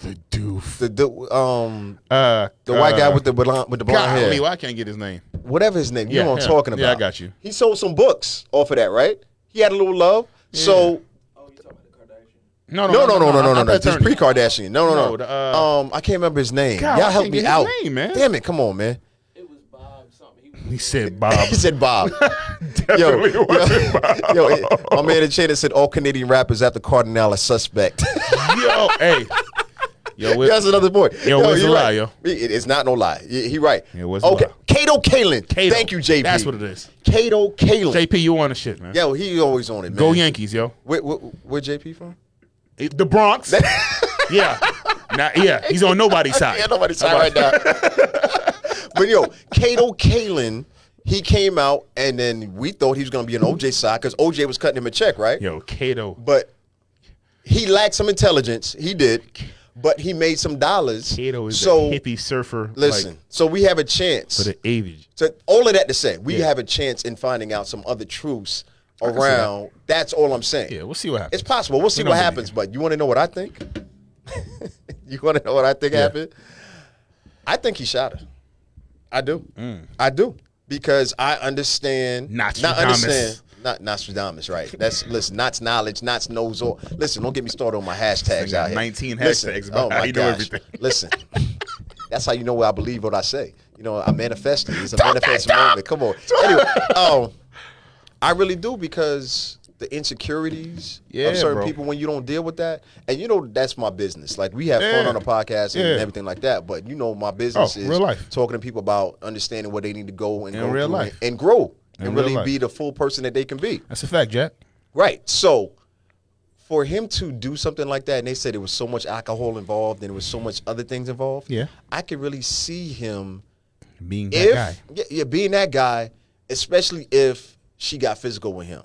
The doof.
the, the um
Uh,
the white guy
uh,
with the blonde, with the blonde
God,
hair,
I can't get his name.
whatever his name. you
Yeah,
know what I'm
yeah.
talking about?
Yeah, I got you.
He sold some books off of that, right? He had a little love. So
Oh, you talking about the Kardashian?
no, no, no, no, no,
I-
no, no.
I thought
This
Turner-
pre Kardashian. No, no, no.
No, the, uh,
um, I can't remember his name.
God,
Y'all
I
help
can't
me
get his
out,
name, man.
Damn it! Come on, man.
It was Bob something. He was
He said Bob.
He said Bob.
Um, Definitely wasn't Bob.
yo, it- my man in China said all Canadian rappers after Cardinal are suspect.
yo, hey, yo, it,
That's another point.
Yo, where's
he
the lie,
right.
yo?
It- it's not no lie. He, he right.
Yeah, where's the
okay,
lie?
Kato Kalin.
Kato.
Thank you, JP.
That's what it is.
Kato Kalin.
JP, you on the shit, man?
Yo, he always on it, man.
Go Yankees, yo.
Where, where, where JP from?
It- The Bronx. yeah, Nah, yeah, he's on nobody's side.
Yeah, nobody's talking right now. but yo, Kato Kalin, he came out and then we thought he was gonna be an OJ side because OJ was cutting him a check, right?
Yo, Kato,
but he lacked some intelligence. He did, but he made some dollars.
Kato is
so
a hippie surfer. like,
listen. so we have a chance.
for the age.
so all of that to say, we
Yeah.
have a chance in finding out some other truths
see that.
around. That's all I'm saying.
Yeah, we'll see what happens.
It's possible. We'll see
We
what
don't believe
happens. But you want to know what I think? you want to know what I think happened? I think he shot her. I do. I do because I understand. Not
Mm. Nostradamus.
understand. Not Nostradamus, right? That's listen. Not's knowledge. Not's knows all. Listen, don't get me started on my hashtags
Nigga,
out here.
19
Listen,
hashtags about
Oh
how
my
you know
gosh.
everything.
Listen. That's how you know I believe what I say. You know, I manifest it. It's a manifest moment. Come on. Anyway, um, I really do because the insecurities
Yeah,
of certain
bro.
people when you don't deal with that, and you know that's my business. Like we have fun
Yeah.
on a podcast and
Yeah.
everything like that, but you know my business
Oh,
is
real life.
talking to people about understanding where they need to go and
In
go
real
through
life.
and, and grow
In
and
real
really
life.
be the full person that they can be.
That's a fact, Jack.
Right. So for him to do something like that, and they said there was so much alcohol involved and there was so much other things involved.
Yeah.
I could really see him
Being that
if
guy.
Yeah, yeah, being that guy, especially if she got physical with him.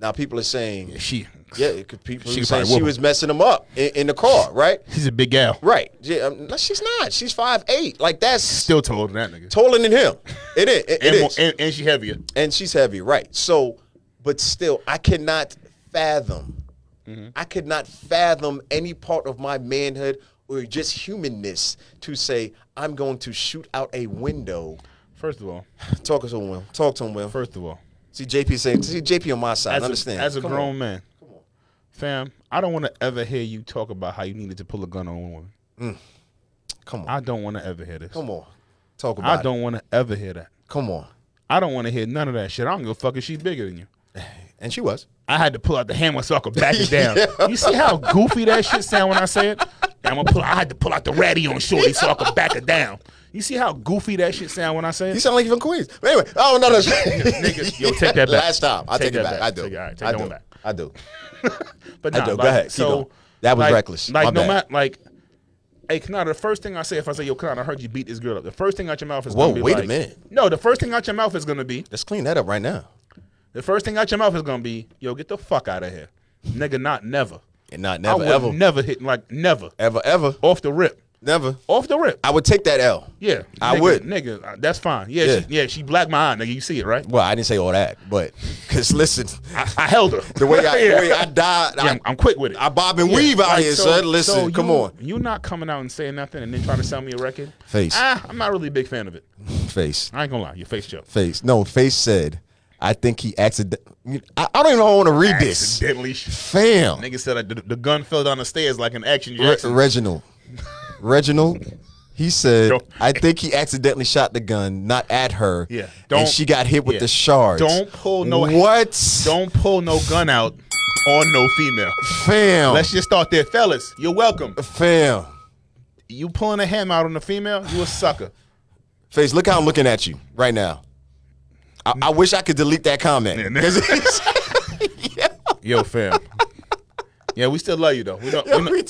Now people are saying,
She,
yeah, it could, people
She
are
could
saying
probably
she
whoop
was messing him up in, in the car, right?
she's a big gal.
Right. Yeah, um, no, she's not. She's five eight. Like that's
Still taller than that nigga.
taller than him. It is. It, it
and, more-
is.
and, and she heavier.
and she's heavy, right? So, but still, I cannot fathom.
Mm-hmm.
I could not fathom any part of my manhood or just humanness to say I'm going to shoot out a window.
First of all,
Talk to him, Will. Talk to him, Will.
first of all,
See JP saying, see JP on my side.
as
I understand.
a, as a
Come
grown
on.
man, fam, I don't want to ever hear you talk about how you needed to pull a gun on a woman.
come on,
I don't want to ever hear this.
come on, talk about
I don't want to ever hear that.
it. Come on,
I don't want to hear none of that shit. I don't give a fuck if she's bigger than you.
and she was.
I had to pull out the hammer so I could back it down. You see how goofy that shit sound when I say it? I'm gonna pull. I had to pull out the ratty on shorty so I could back it down. You see how goofy that shit sound when I say
You
it?
sound like you from Queens. But anyway, oh no, no,
Niggas, yo, take that back.
Last time, I
Take
take, it
that
back.
back.
I do.
Take- all right, take
I
that
do.
one back.
I do.
But
I
nah,
do. Go
like,
ahead. Keep
So
going. That was
like-
reckless.
Like
My
no
bad.
matter like. Hey, Kanata, the first thing I say if I say, yo, Kanata, I heard you beat this girl up, the first thing out your mouth is
Whoa,
gonna be
wait a
like-
minute.
No, the first thing out your mouth is gonna be,
Let's clean that up right now.
the first thing out your mouth is gonna be, yo, get the fuck out of here. Nigga, not never.
And not
I
never
would
ever,
never hit, like, never.
ever ever
Off the rip.
never.
Off the rip.
I would take that L.
Yeah,
I
nigga,
would.
nigga. uh, That's fine. Yeah,
Yeah.
She, yeah. She blacked my eye, nigga. You see it, right?
Well, I didn't say all that, but because listen,
I, I held her.
the way I
yeah.
the way I died,
Yeah, I'm, I'm quick with it.
I, I bob and
Yeah,
weave out
like,
here,
so-
son. Listen,
so
come
you-
on,
You not coming out and saying nothing and then trying to sell me a record?
Face.
Ah, I'm not really a big fan of it.
face,
I ain't gonna lie, your face joke.
face. No, face said. I think he accident. I, I don't even want to read this.
Accidentally, sh-
Fam,
nigga said that the, the gun fell down the stairs like an action
Re-
Jackson.
Reginald. Reginald. He said,
Don't-
"I think he accidentally shot the gun, not at her.
Yeah,
and
don't-
she got hit with
yeah.
the shards.
Don't pull no-
what,
Don't pull no gun out on no female.
fam,
Let's just start there, fellas. You're welcome.
fam."
You pulling a ham out on a female? You a sucker.
Face, look how I'm looking at you right now. I, I wish I could delete that
Yeah,
comment.
nah.
'Cause it's-
Yo, fam. yeah, we still love you though. We don't. we don't-
we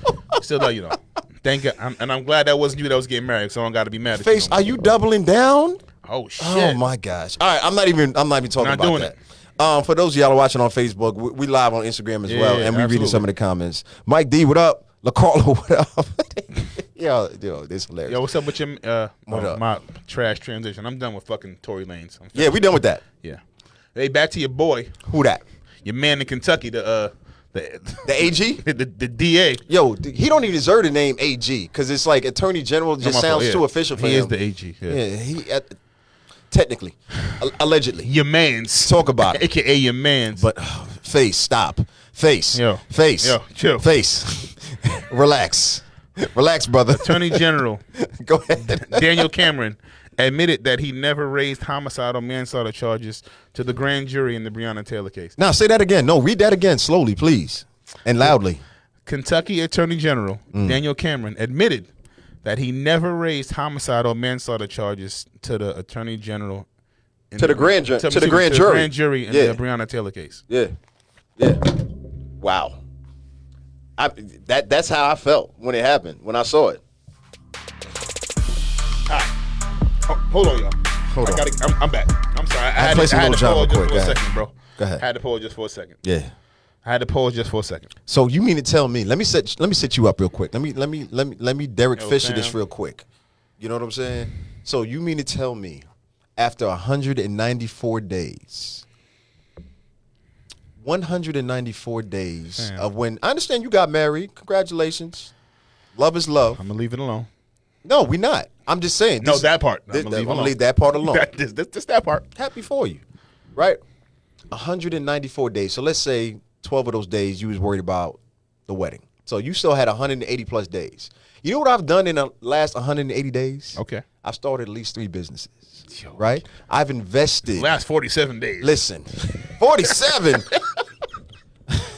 do.
Still love you though. Thank God, I'm, and I'm glad that wasn't you that was getting married, so I don't got to be mad. At
Face,
you no
are you doubling down?
more. Oh shit!
Oh my gosh! All right, I'm not even. I'm not even talking
Not
about
doing
that.
it.
Um, for those of y'all watching on Facebook, we, we live on Instagram as well,
Yeah,
and we reading
absolutely.
some of the comments. Mike D, what up? LaCarlo, what up? yo, yo, this hilarious.
Yo, what's up with your uh
What
my,
up?
my trash transition? I'm done with fucking Tory Lanez. I'm-
yeah, we done with that.
yeah. Hey, back to your boy,
Who that?
your man in Kentucky, the uh, the
The AG?
the, the, DA.
Yo, d- he don't even deserve the name AG because it's like Attorney General
No,
just
my fault,
sounds
yeah.
too official for
He
him.
is the AG. Yeah.
yeah, he uh, technically, a- allegedly.
Your man's
Talk about it.
AKA your man's.
But face, stop. Face.
Yo.
Face.
Yo, chill.
Face. Relax. Relax, brother.
Attorney General
Go ahead.
Daniel Cameron admitted that he never raised homicide or manslaughter charges to the grand jury in the Breonna Taylor case.
Now say that again. No, read that again slowly, please, and loudly.
Kentucky Attorney General
Mm.
Daniel Cameron admitted that he never raised homicide or manslaughter charges to the Attorney General in
To the grand ju- to the grand
the
jury.
grand jury in
Yeah.
the Breonna Taylor case.
Yeah, yeah. Wow. I, that that's how I felt when it happened when I saw it.
Oh, hold on, y'all.
Hold
I
on.
Gotta, I'm, I'm back. I'm sorry. I had,
play
to,
some
I had to
Lil Jon
pause
real quick.
just for a
Go ahead.
second, bro.
Go ahead.
I had to pause just for a second.
Yeah.
I had to pause just for a second.
So you mean to tell me? Let me set let me set you up real quick. Let me let me let me let me Derek
Yo,
Fisher
fam.
this real quick. You know what I'm saying? So you mean to tell me, after 194 days, 194 days
Fam.
of when I understand you got married. Congratulations. Love is love.
I'm gonna leave it alone.
No, we not. I'm just saying.
No,
this-
that part.
This,
I'm
that-
gonna leave,
I'ma
alone.
leave that part alone.
That- this- this- this- that part.
Happy for you, right? 194 days. So let's say 12 of those days you was worried about the wedding. So you still had 180 plus days. You know what I've done in the last 180 days?
Okay.
I've started at least three businesses,
Yo.
right? I've invested.
Last 47 days.
Listen, 47.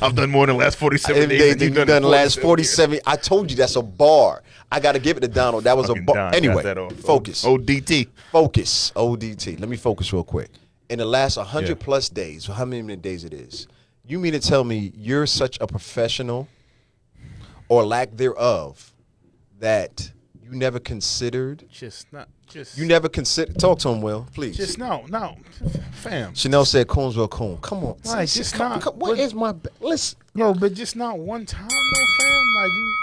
I've done more than the last 47
If
days.
they
than you've
did done the last
years.
47. I told you that's a bar. I got to give it to Donald. That was a
Fucking
bar.
Don got
Anyway,
that off.
focus.
O- ODT.
focus odt let me focus real quick in the last 100
Yeah.
plus days how many days it is you mean to tell me you're such a professional or lack thereof that you never considered
Just not. Just
you never consider talk to him will please
Just no, no, fam.
chanel said coonsville coon come on
Right,
sis,
just
come,
not-
come, what
but-
is my ba- listen
No, but just not one time, though, fam. Like you,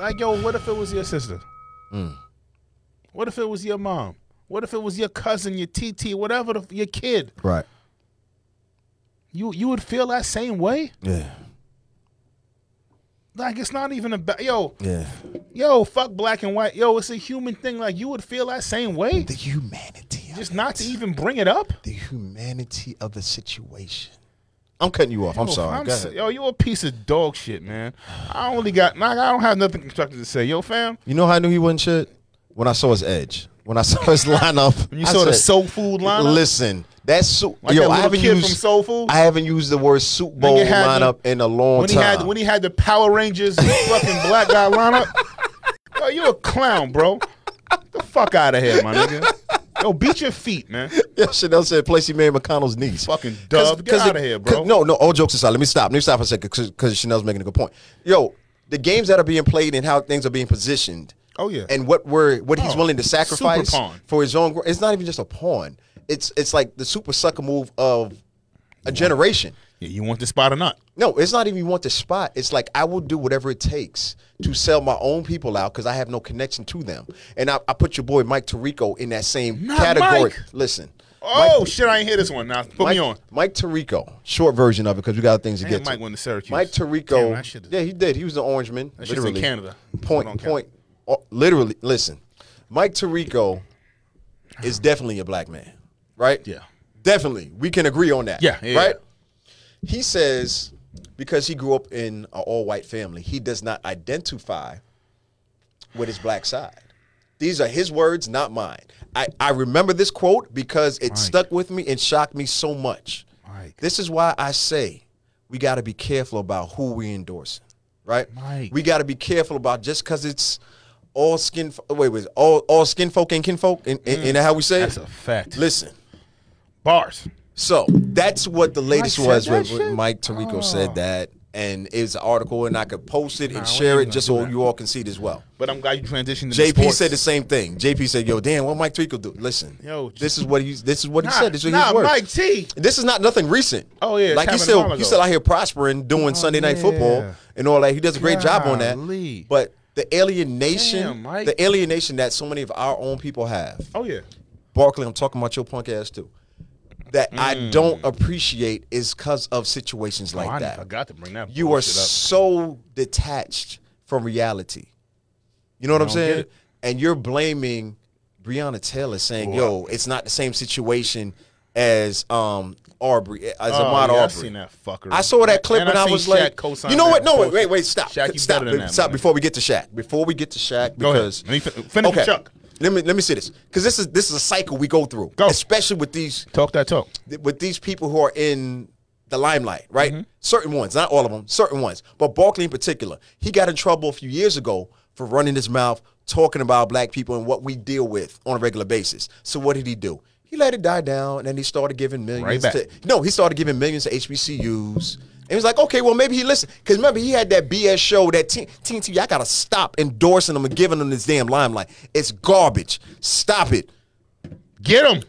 like yo, what if it was your sister? What if it was your mom? What if it was your cousin, your TT, whatever, the, your kid?
right
You you would feel that same way.
yeah
Like it's not even about yo,
yeah
yo, fuck black and white. Yo, it's a human thing. Like you would feel that same way.
the humanity of
Just
it.
not to even bring it up.
the humanity of the situation i'm cutting you off i'm
Yo,
sorry Go
s-
ahead.
Yo, you a piece of dog shit, man. I only got, like, I don't have nothing constructive to say. Yo, fam,
You know how I knew he wasn't shit? When I saw his edge. When I saw his lineup.
when you
I
saw the
said,
soul food lineup,
Listen, That suit.
Like
yo,
that
I
little
haven't
kid
used.
from Soul Food?
I haven't used the word Super Bowl
Nigga had the-
lineup in a long
when he
time.
had when he had the Power Rangers fucking black guy lineup. Yo, you a clown, bro. Get the fuck out of here, my nigga. Yo, beat your feet, man.
yeah, Chanel said, "Place you Mary McConnell's niece."
Fucking dub. Get
the-
out of here, bro.
'cause- No, no. All jokes aside, let me stop. Let me stop for a second because Chanel's making a good point. Yo, the games that are being played and how things are being positioned.
Oh, yeah.
And what we're what he's
Oh,
willing to sacrifice
super pawn.
for his own. gro- It's not even just a pawn. It's it's like the super sucker move of a generation.
Yeah, you want the spot or not?
No, it's not even you want the spot. It's like I will do whatever it takes to sell my own people out because I have no connection to them. And I, I put your boy Mike Tirico in that same
Not
category.
Mike.
Listen.
Oh shit, I ain't hear this one. Now put
Mike,
me on.
Mike Tirico, short version of it because we got things to
And
get
Mike
to.
went to Syracuse.
Mike
Damn, I
Tirico,
should've-
yeah, he did. He was the Orange man.
That shit's in
literally.
Canada.
Point,
It don't count.
point. oh, literally, listen, Mike Tirico is definitely a black man, right?
Yeah.
definitely. We can agree on that.
Yeah, yeah,
right. He says because he grew up in an all-white family, he does not identify with his black side. These are his words, not mine. I, I remember this quote because it stuck with me and shocked me so much.
Mike.
This is why I say we got to be careful about who we endorse, right?
Mike.
We got to be careful about just because it's all skin. fo- Wait, wait, all all skin folk and kin folk, and, and, and how we say
Mm. That's
it.
a fact.
Listen,
Bars.
so that's what the latest
Mike said
was.
that
With, with
shit? Oh.
Mike Tirico said that, and it's an article, and I could post it and
we ain't
share it
gonna
just
do
so
that.
you all can see it as well.
But I'm glad you transitioned to
JP
sports.
said the same thing. JP said, "Yo, damn, what Mike Tirico do? Listen,
Yo,
this is what he this is what
nah,
he said. This is
nah,
his word.
Mike T.
This is not nothing recent.
Oh, yeah, it's
like he's
happened a while
still
ago.
he's still out here prospering, doing Sunday night
Oh, yeah.
football and all that. He does a great job on
Golly.
that. But the alienation,
Damn, Mike.
the alienation that so many of our own people have.
Oh yeah.
Barkley, I'm talking about your punk ass too. That
Mm.
I don't appreciate is because of situations like
oh, I
that.
forgot to bring that.
You are
bullshit up.
so detached from reality. You know what I'm
don't
saying?
get it.
And you're blaming Breonna Taylor, saying, "Yo, it's not the same situation as um Aubrey, as Ahmaud
Oh, yeah, I
Aubrey."
seen that fucker.
I saw that clip
And
and, I
seen
was
Shaq
like,
co-sign
you know what?
that
No, wait,
post.
wait, wait, stop,
Shaq, you
stop,
better than that,
stop
man.
before we get to Shaq. Before we get to Shaq,
Go ahead.
because
Let me fin- finish with Chuck.
Let me let me see this because this is this is a cycle we go through,
Go.
especially with these
Talk that talk.
with these people who are in the limelight, right? Certain ones, not all of them, certain ones. But Barkley in particular, he got in trouble a few years ago for running his mouth, talking about black people and what we deal with on a regular basis. So what did he do? He let it die down, and then he started giving millions.
back.
to, no, he started giving millions to HBCUs. And he was like, okay, well, maybe he listened. Because remember, he had that BS show, that T- TNT. I got to stop endorsing them and giving them this damn limelight. It's garbage. Stop it
Get him.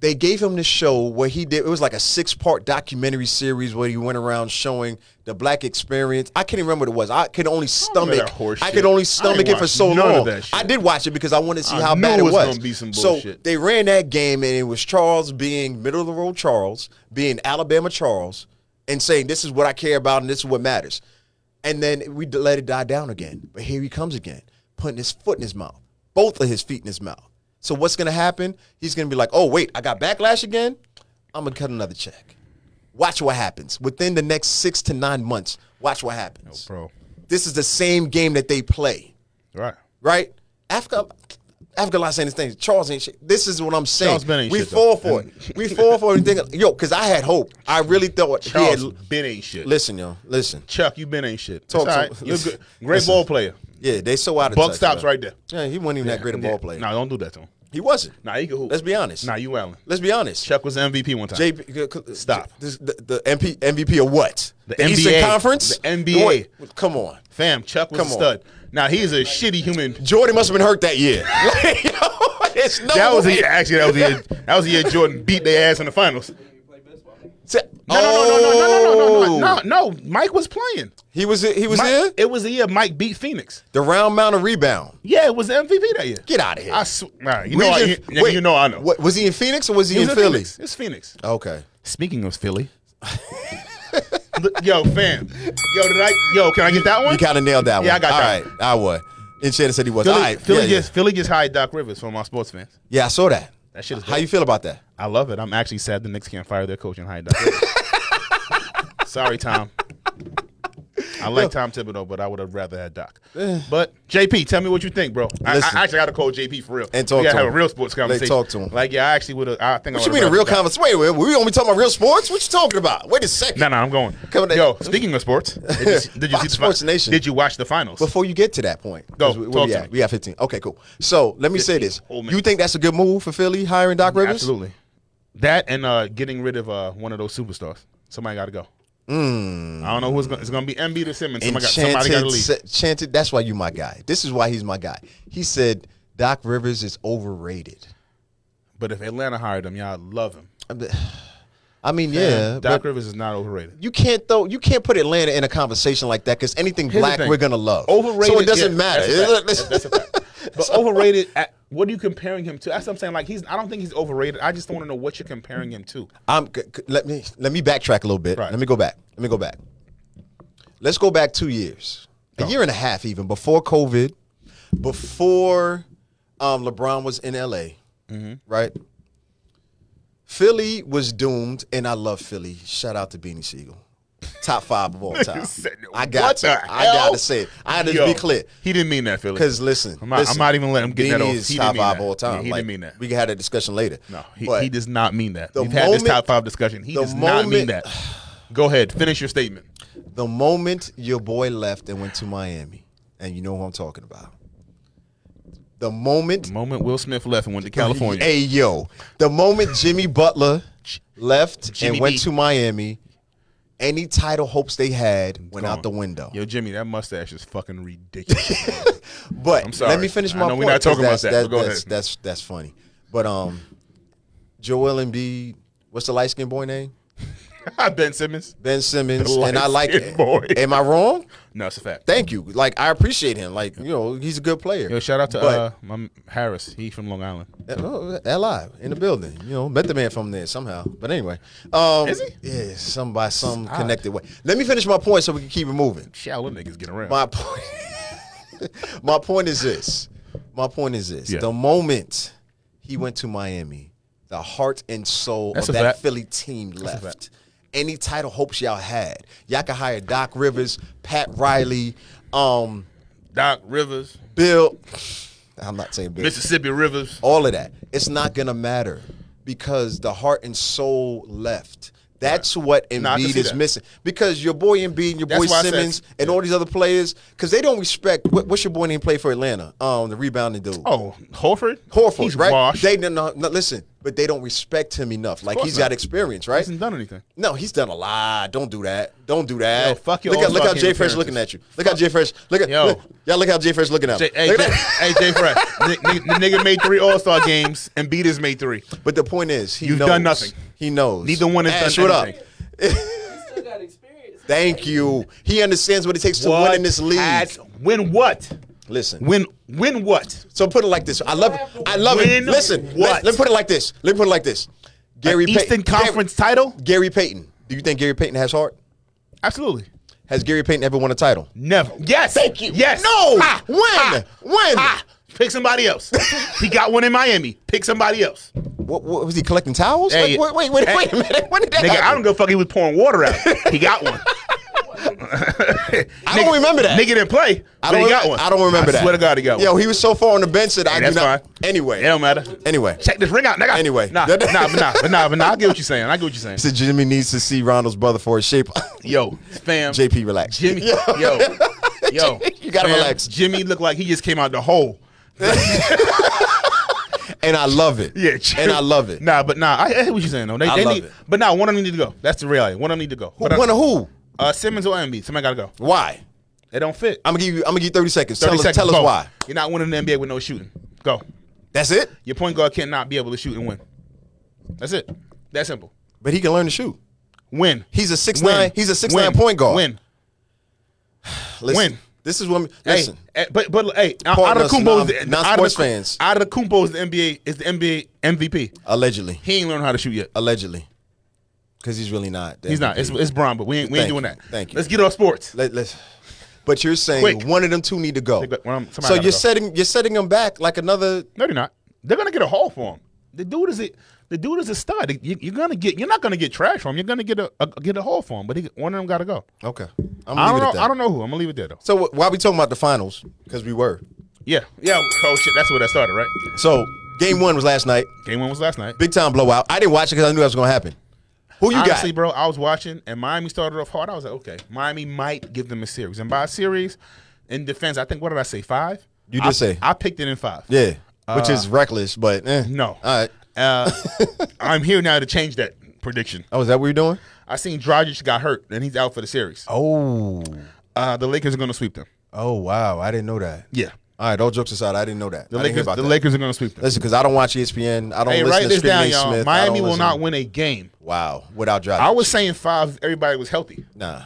they gave him this show where he did it was like a six part documentary series where he went around showing the black experience. I can't even remember what it was. I could only
remember
stomach
that horse
I
shit.
could only
I
stomach
ain't
it for
watched
so
none of
long.
that shit.
I did watch it because I wanted to see
I
how
knew
bad
it
it
was
was.
gonna be some
So
bullshit.
they ran that game and it was Charles being middle of the road Charles, being Alabama Charles, and saying this is what I care about and this is what matters. And then we d- let it die down again. But here he comes again, putting his foot in his mouth, both of his feet in his mouth. So what's gonna happen? He's gonna be like, oh wait, I got backlash again. I'm gonna cut another check. Watch what happens within the next six to nine months. Watch what happens.
Bro.
This is the same game that they play
Right.
right? Africa, Africa, lot saying these things. Charles ain't shit. This is what I'm saying.
Charles Bennett ain't
we
shit,
fall for
though.
it. We fall for it. And think, yo, because I had hope. I really thought. he had-
Charles Ben ain't shit.
listen, yo, listen.
Chuck, you been ain't shit. It's
Talk to-
all right. You're
listen.
good. Great
Listen.
ball player.
Yeah, they so out of
Buck
touch,
stops
bro.
right there.
Yeah, he wasn't even that great a ball player.
Nah, don't do that to him.
He wasn't.
Nah, he can hoop.
Let's be honest.
Nah, you Allen.
Let's be honest.
Chuck was MVP one time.
JP, c- c-
Stop.
This, the, the MP, MVP of what?
The
Eastern
NBA.
Conference.
The NBA.
What? Come on.
Fam, Chuck was
Come
a
on.
stud. Now he's a shitty human.
Jordan must have been hurt that year. Like, yo, there's no
That was
way.
the year. Actually, that was the year. That was the year Jordan beat their ass in the finals.
You play baseball.
No,
No, no, no, no, no, no, no, no, no. Mike was playing.
Oh. He was. He was
Mike-
here.
It was the year Mike beat Phoenix.
The round mountain rebound.
Yeah, it was the MVP that year.
Get out of here.
I sw- nah, you know, I, you,
Region-
yeah,
wait,
you know, I know.
What, was he in Phoenix or was he,
He was
in Philly?
Phoenix. It's Phoenix.
Okay.
Speaking of Philly, yo, fam, yo, did I? Yo, can I get that one?
You kind of nailed that
Yeah,
one.
I got that.
All right. I would. And Shannon said he was.
Philly,
All right.
Philly
yeah,
gets Philly gets hired Doc Rivers from our sports fans.
yeah. yeah, I saw that.
That shit is
How
dope.
you feel about that?
I love it. I'm actually sad the Knicks can't fire their coach and hire Doc Rivers. Sorry, Tom. I like Tom Thibodeau, but I would have rather had Doc. But JP, tell me what you think, bro. I, I
Listen.
actually got to call JP for real.
And talk
we gotta
to
have
him.
a real sports conversation.
talk to him.
Like, yeah, I actually would have. I think I
What you
would've
mean a
rather
real
Doc.
conversation? Wait, wait, we gonna be talking about real sports? What you talking about? Wait a second.
No, no, I'm going.
Coming at-
Yo, speaking of sports, did you, see- did you
Fox
see the
Sports
fi-
Nation.
Did you watch the finals?
Before you get to that point, 'cause
Go,
we, where
talk
we,
to
at?
me.
we have 15. Okay, cool. So let me say this:
whole minute.
you think that's a good move for Philly hiring Doc Rivers?
Absolutely. That and uh, getting rid of uh, one of those superstars. Somebody got to go. I don't know who's going. It's going to be Embiid or Simmons. Somebody got, somebody got to
Hmm. Enchanted,
leave.
se- chanted. That's why you my guy. This is why he's my guy. He said Doc Rivers is overrated.
But if Atlanta hired him, y'all love him.
I'm the- I mean, yeah,
And Doc
but
Rivers is not overrated.
you can't though. You can't put Atlanta in a conversation like that because anything
the
black
thing.
we're gonna love.
Overrated.
so it doesn't
yeah,
matter.
That's a fact. That's a fact. But overrated. At, what are you comparing him to? That's what I'm saying. Like he's. I don't think he's overrated. I just don't want to know what you're comparing him to.
I'm c- c- let me let me backtrack a little bit.
Right.
Let me go back. Let me go back. Let's go back two years, a year and a half, even before COVID, before um, LeBron was in LA,
Mm-hmm.
right? Philly was doomed, and I love Philly. Shout out to Beanie Siegel, top five of all time.
said,
I got
"What
to.
the
I
hell?"
got to say it. I had to
Yo,
be clear.
He didn't mean that, Philly.
Because listen,
I'm not- I'm
listen,
not even letting him get that
Beanie
off.
is
He didn't
top
mean
five
that.
all time.
Yeah, he
Like,
didn't mean that.
We can have that discussion later.
No, he,
But-
he does not mean that.
the
We've had this
moment-
top five discussion. He
the
does not mean
moment-
that. Go ahead, finish your statement.
The moment your boy left and went to Miami, and you know who I'm talking about. The moment,
The moment Will Smith left and went to California,
hey yo, the moment Jimmy Butler left
Jimmy
and went
B.
to Miami, any title hopes they had went
Gone.
out the window.
Yo, Jimmy, that mustache is fucking ridiculous.
But
I'm sorry.
let me finish
I
my
know
point.
we're not
'cause
talking about
that's-
that, but go
that's,
ahead.
that's that's funny. But um, Joel Embiid, what's the light skinned boy name?
ben Simmons.
Ben Simmons,
The
and I like
light-skinned boy.
Am I wrong?
No, it's a fact.
Thank you. Like I appreciate him. Like you know, he's a good player.
Yo, shout out to
But-
uh, my m- Harris. He from Long Island.
Oh, Li in the building, you know, met the man from there somehow. But anyway, um,
Is he?
Yeah, some by some connected way. Let me finish my point so we can keep it moving.
Shout them niggas get around.
My point. my point is this. My point is this.
Yeah.
The moment he went to Miami, the heart and soul
That's
of
a
that
fact.
Philly team
a
left. Any title hopes y'all had, y'all could hire Doc Rivers, Pat Riley, um,
Doc Rivers,
Bill. I'm not saying Bill
Mississippi Rivers.
all of that. It's not gonna matter because the heart and soul left. That's what
No, I can
Embiid
see
is
that.
missing because your boy Embiid and your
That's
boy
why I said-
Simmons and all these other players because they don't respect. What, what's your boy name play for Atlanta? Um, the rebounding dude.
Oh, Horford.
Horford,
He's
right?
washed.
They no, no, no, listen, but they don't respect him enough. Like
course
he's
not.
got experience,
He
right?
hasn't done anything.
No, he's done a lot. Don't do that. Don't do that.
Yo, fuck your
look at, look how
All-Star
Jay
game
Fresh looking at you. Look how Jay Fresh. Look at
Yo.
look, y'all. Look how Jay Fresh looking at.
J-
him.
hey,
Look
J-
at that.
hey, Jay Fresh. N- n- the nigga made three All Star games, and beat his made three.
But the point is, he
You've
knows.
done nothing.
He knows.
Neither one has
Ash,
done
what up?
anything.
He still got experience.
Thank you. He understands what it takes to win in this league.
has- win what?
Listen.
Win win what?
So put it like this. I love it. I love it.
Win
Listen.
what?
Let, us put it like this. Let me put it like this. Gary Pay-
Eastern Conference title?
Gary, Gary Payton. Do you think Gary Payton has heart?
Absolutely.
Has Gary Payton ever won a title?
Never. Yes. Thank you. Yes.
No.
Ah,
When?
ah,
When?
ah. Pick somebody else. he got one in Miami. Pick somebody else.
What, what was he collecting towels?
Hey,
Like, wait, wait, wait,
hey,
wait a minute. When did that
Nigga,
happen?
I don't give a fuck. He was pouring water out. He got one.
I don't remember that.
Nigga didn't play.
I
but
don't,
he
rem-
got one.
I don't remember
I
that.
Swear to God, he got
Yo,
one.
he was so far on the bench that I
that's
did not.
fine.
Anyway,
It don't matter.
anyway,
Check this ring out, nigga.
Anyway.
Nah, nah, but nah, but nah, but nah. I get what you're saying. I get what you're saying.
said Jimmy needs to see Ronald's brother for his shape.
Yo, fam.
JP, relax.
Jimmy, yo, yo,
You gotta relax.
Jimmy looked like he just came out the hole.
and I love it.
Yeah, Jim-
and I love it.
Nah, but nah, I, I hear what you're saying though. They,
I
they
love
need,
it.
but nah, one of them need to go. That's the reality. One of them need to go.
Who,
But I-
one of who?
Uh, Simmons or Embiid. Somebody gotta go.
Why?
They don't fit.
I'm gonna give you. I'm gonna give you 30 seconds.
30
tell
seconds,
us. Tell us
go.
why.
You're not winning the NBA with no shooting. Go.
That's it.
Your point guard cannot be able to shoot and win. That's it. That simple.
But he can learn to shoot.
Win.
He's a six
Win.
nine. He's a six
Win.
nine point guard.
Win.
Listen,
Win.
This is what.
Hey,
Listen.
eh, but but hey, out
Pardon
of
us,
the Kumbo, is
non-
the- out of
non-sports
the Ku-
fans.
out of the Kumbo is the NBA is the NBA MVP.
Allegedly.
He ain't learned how to shoot yet.
Allegedly. Because he's really not. the
He's not.
MVP.
It's, it's Bron, but we ain't, we ain't
Thank
doing
you.
that.
Thank you.
Let's get off sports.
Let, let's. But you're saying
Quick.
one of them two need to go.
Take that- one of them- somebody
So
gotta
you're
go.
setting you're setting them back like another.
No, they're not. They're gonna get a haul for him. The dude is a the dude is a stud. You, you're gonna get. You're not gonna get trash from him. You're gonna get a, a- get a haul for him. But he, one of them got to go.
Okay. I'm
I
gonna leave
don't
it at
know.
that.
I don't know who. I'm gonna leave it there though.
So wh- why we talking about the finals? Because we were.
Yeah, yeah. Oh shit, that's where that started, right?
So game one was last night.
Game one was last night.
Big time blowout. I didn't watch it because I knew that was gonna happen. Who you
Honestly,
got?
bro, I was watching and Miami started off hard. I was like, okay, Miami might give them a series. And by a series, in defense, I think what did I say? Five.
You
I-
did say.
I picked it in five.
Yeah, which is reckless, but eh.
uh, No.
All right.
Uh, I'm here now to change that prediction.
Oh, is that what you're doing?
I seen Dragic got hurt and he's out for the series.
Oh,
Uh, the Lakers are going to sweep them.
oh wow! I didn't know that.
Yeah,
All right, all jokes aside, I didn't know that.
the
I didn't hear
Lakers. The
about that.
Lakers are going to sweep them.
Listen, because I don't watch E ESPN. I don't listen
Hey, wait,
to
write this
Stephen
down,
A.
y'all.
Smith. I
Miami
don't
will
listen-
not win a game.
Wow, without Dragic,
I was saying five. if Everybody was healthy.
nah.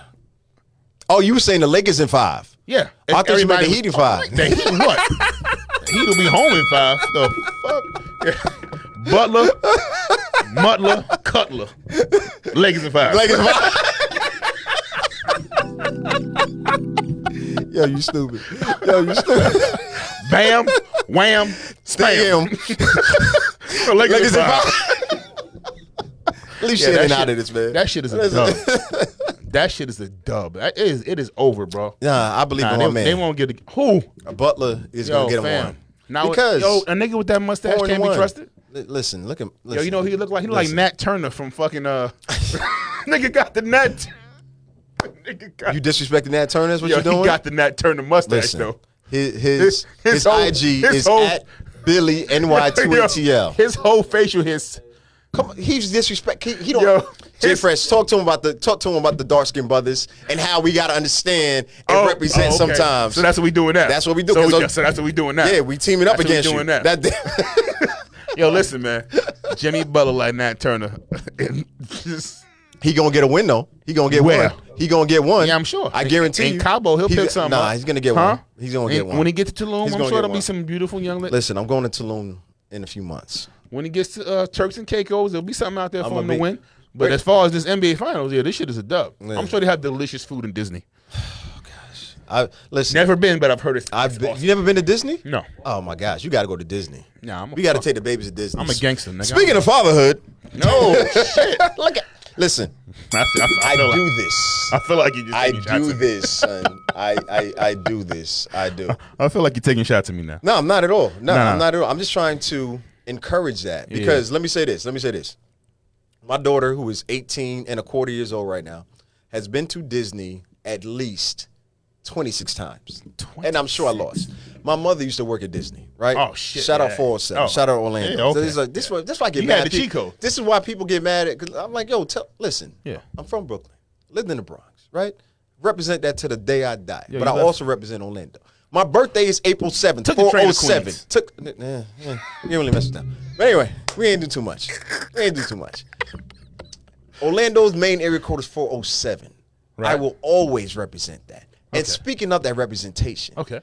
Oh, you were saying the Lakers in five?
Yeah,
I thought you meant
everybody
the
was-
Heat in five.
The Heat what? the Heat will be home in five. The fuck? Butler, Mutler, Cutler, Lakers in five.
Lakers in five. Yo, you stupid. Yo, you stupid.
Bam, wham, spam.
Damn.
Lakers,
Lakers
in
in
five.
At least
Yeah,
shit
that
ain't out
shit-
of this, man.
That shit is a dub. that shit is a dub. That- It is, it is over, bro.
Nah, I believe
Nah,
in
they,
my man.
they won't get a, who
Butler is
yo
gonna get him
fam.
one.
Now,
because
yo, a nigga with that mustache
four and
can't be
one.
trusted.
Li- listen, look at listen.
Yo, you know who he look like? He look like
Listen.
Nat Turner from fucking uh. nigga got the Nat. nigga got.
You disrespecting Nat Turner? Is what
yo,
you doing?
he got the Nat Turner mustache
Listen,
though.
his his
His-
his,
his whole-
IG
his
is
whole-
at Billy
Yo,
NY2TL.
His whole facial, his
Come on, he's disrespect. He, he don't.
Yo,
Jay
his-
Fresh, talk to him about the talk to him about the dark skinned brothers and how we gotta understand and
oh,
represent
oh, okay.
sometimes.
So that's what we doing now.
That's what we do,
So,
'cause
yeah,
those-
so that's what we doing now.
yeah, we teaming up
That's what we
against
doing
you.
now.
That-
Yo, listen, man. Jimmy Butler like Nat Turner. And just-
he gonna get a win though. He gonna get
Where?
one. He gonna get one.
yeah, I'm sure.
I guarantee
In
you.
Cabo, he'll
He's
pick
go-
something.
Nah,
up.
he's gonna get
Huh?
one. He's gonna get
And
one.
When he gets to Tulum,
He's
I'm
gonna
sure
get
there'll be
one.
some beautiful young ladies.
Listen, I'm going to Tulum in a few months.
When he gets to uh, Turks and Caicos, there'll be something out there for
I'ma
him
be-
to win. But as far as this NBA Finals, yeah, this shit is a dub.
Yeah.
I'm sure they have delicious food in Disney.
I listen.
Never been, but I've heard it's.
I've been, you never been to Disney?
No.
Oh my gosh, you got to go to Disney.
Nah, I'm a
we got to
fuck-
take the babies to Disney.
I'm a gangster, nigga.
Speaking of fatherhood,
no shit.
look at, listen,
I, feel- I feel- I
I
feel like,
do this.
I feel like you're just
I
taking shots.
do
at me.
this, son. I, I I do this. I do.
I feel like you're taking shots at me now.
No, I'm not at all. No,
Nah.
I'm not at all. I'm just trying to encourage that because let me say this. Let me say this. My daughter, who is 18 and a quarter years old right now, has been to Disney at least 26 times. And I'm sure I lost. My mother used to work at Disney, right?
Oh, shit,
Shout out
yeah.
407.
Oh.
Shout out Orlando.
Yeah, okay.
So it's like, this, why, this why I get
You
mad.
had
at
the
peop-
cheat code.
This is why people get mad at. Cause I'm like, yo, tell, listen.
Yeah.
I'm from Brooklyn. Lived in the Bronx, right? Represent that to the day I die.
Yeah,
but
you
I
left.
also represent Orlando. My birthday is April 7th.
Took the train to
407.
Queens.
Took n- nah, nah, you really messed it up. But anyway, we ain't do too much. We ain't do too much. Orlando's main area code is 407. I
Right.
will always represent that. And speaking of that representation,
Okay.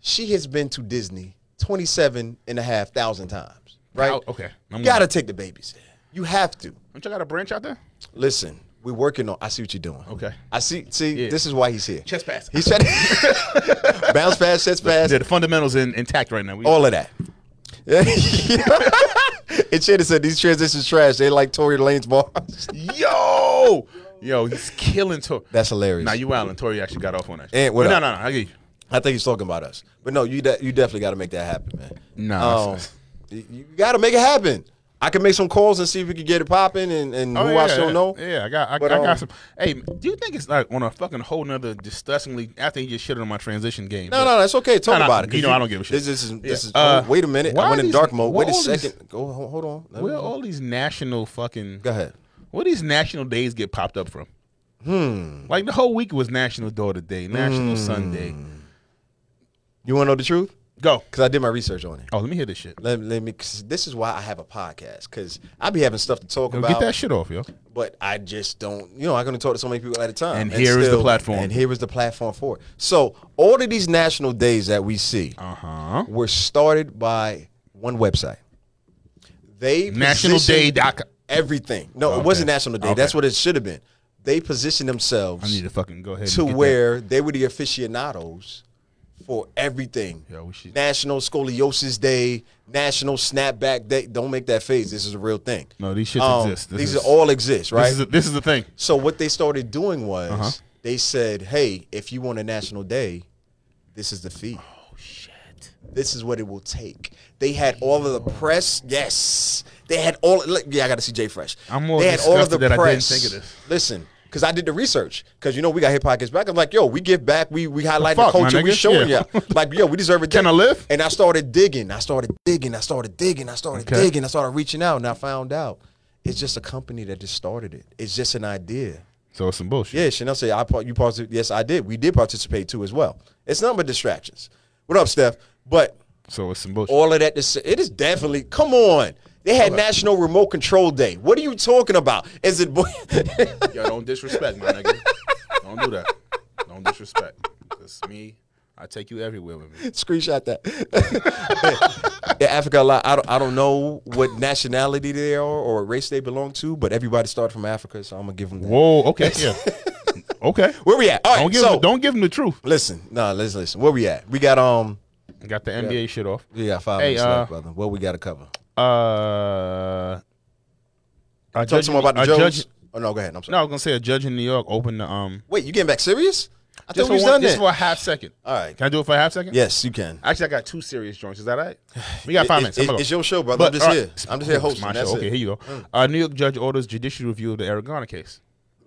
she has been to Disney 27 and a half thousand times. Right?
Oh, okay. I'm
you gotta
gonna-
take the babies. You have to.
Don't you got a branch out there?
Listen, we're working on I see what you're doing.
Okay.
I see see,
Yeah.
this is why he's here.
Chest pass.
He's trying to bounce fast, chest pass.
Yeah, the fundamentals in, intact right now. We,
All of that. and Shannon said these transitions trash. They like Tory Lane's bars.
Yo, yo, he's killing Tori.
That's hilarious.
Now you wildin'. Tori actually got off on that.
Eh,
shit.
what
But no,
up?
no, no. I get you.
I think he's talking about us. But no, you de- you definitely got to make that happen, man.
Nah,
Um,
it's-
you- you got to make it happen. I can make some calls and see if we can get it popping and, and
Oh,
who
yeah,
I still
yeah.
know.
Yeah, I got, I,
But,
I
um,
got some. Hey, do you think it's like on a fucking whole nother disgustingly after you just shit on my transition game?
No, no, that's okay. Talk
No, no,
about it. 'cause
you know I don't give a shit.
This, this is this
Yeah.
is.
Uh,
oh, wait a minute.
why
I
are
went in
these-
dark mode. Wait a
why all these-
second. Go hold hold on. Let me-
Where all these national fucking
Go ahead.
where these national days get popped up from? Hmm. Like the whole week was National Daughter Day,
Hmm.
National Sunday.
You want to know the truth?
Go.
Because I did my research on it.
Oh, let me hear this shit.
Let, let me. 'cause this is why I have a podcast. Because I be having stuff to talk
Yo,
about.
get that shit off, yo.
but I just don't, you know, I can only talk to so many people at a time.
And here is the platform.
And here is the platform for it. So all of these national days that we see
Uh huh.
were started by one website. They
National Day.
positioned
Doc.
everything. No, it
Okay.
wasn't National Day. That's
Okay.
what it should have been. They positioned
I
themselves
need to fucking go ahead.
to
and get
where they were the aficionados for everything.
Yo, we should-
National Scoliosis Day, National Snapback Day. Don't make that face. This is a real thing.
No, these shits exist. This
um, these
is-
are all exist,
That.
right?
This is the- this is the thing. Uh-huh.
So what they started doing was They said, "Hey, if you want a national day, this is the fee.
Oh shit.
This is what it will take." They had all of the press. Yes, they had all. look, Yeah, I got to see Jay Fresh.
I'm more
they had all of the
disgusted that I didn't
press.
think of this.
Listen. Cause I did the research. Cause you know we got hip pockets back. I'm like, yo, we give back. We we highlight the
Fuck, my
culture. We
nigga.
showing
Yeah.
ya. Like, yo, we deserve a day.
Can I live?
And I started digging. I started digging. I started digging. I started
Okay.
digging. I started reaching out, and I found out it's just a company that just started it. It's just an idea.
So it's some bullshit.
Yeah, Chanel said, "I part you participate." Yes, I did. We did participate too as well. It's nothing but distractions. What up, Steph? But
So it's some bullshit.
all of that, to say- it is definitely. Come on, they had National Remote Control Day. What are you talking about? Is it? Boy-
Yo, don't disrespect, my nigga. Don't do that. Don't disrespect. Cause me, I take you everywhere with me.
Screenshot that. In Africa, a lot. I don't, I don't know what nationality they are or race they belong to, but everybody started from Africa, so I'm gonna give them that.
Whoa. Okay. Yeah. Okay.
Where we at? All right,
Don't give
so
him, don't give him the truth.
listen. No, let's listen. Where we at? We got um.
Got the NBA shit off.
We got five
Hey,
minutes
uh,
left, brother. What we got to cover?
Uh, a
Talk to me about the
a
Jones.
judge-
oh no, go ahead. I'm sorry.
no, I was gonna say a judge in New York opened the um.
Wait, you getting back serious? I
Just
thought
for,
we was
one-
done
just
there.
for a half second.
All right.
Can I do it for a half second?
Yes, you can.
Actually, I got two serious joints. Is that all right? We got five
It-
minutes.
it-
I'm gonna go.
it's your show, brother. I'm just
all
here. I'm just here
It's
hosting.
my
That's
show. Okay,
it. Mm.
here you go. Uh, New York judge orders judicial review of the Aragona case.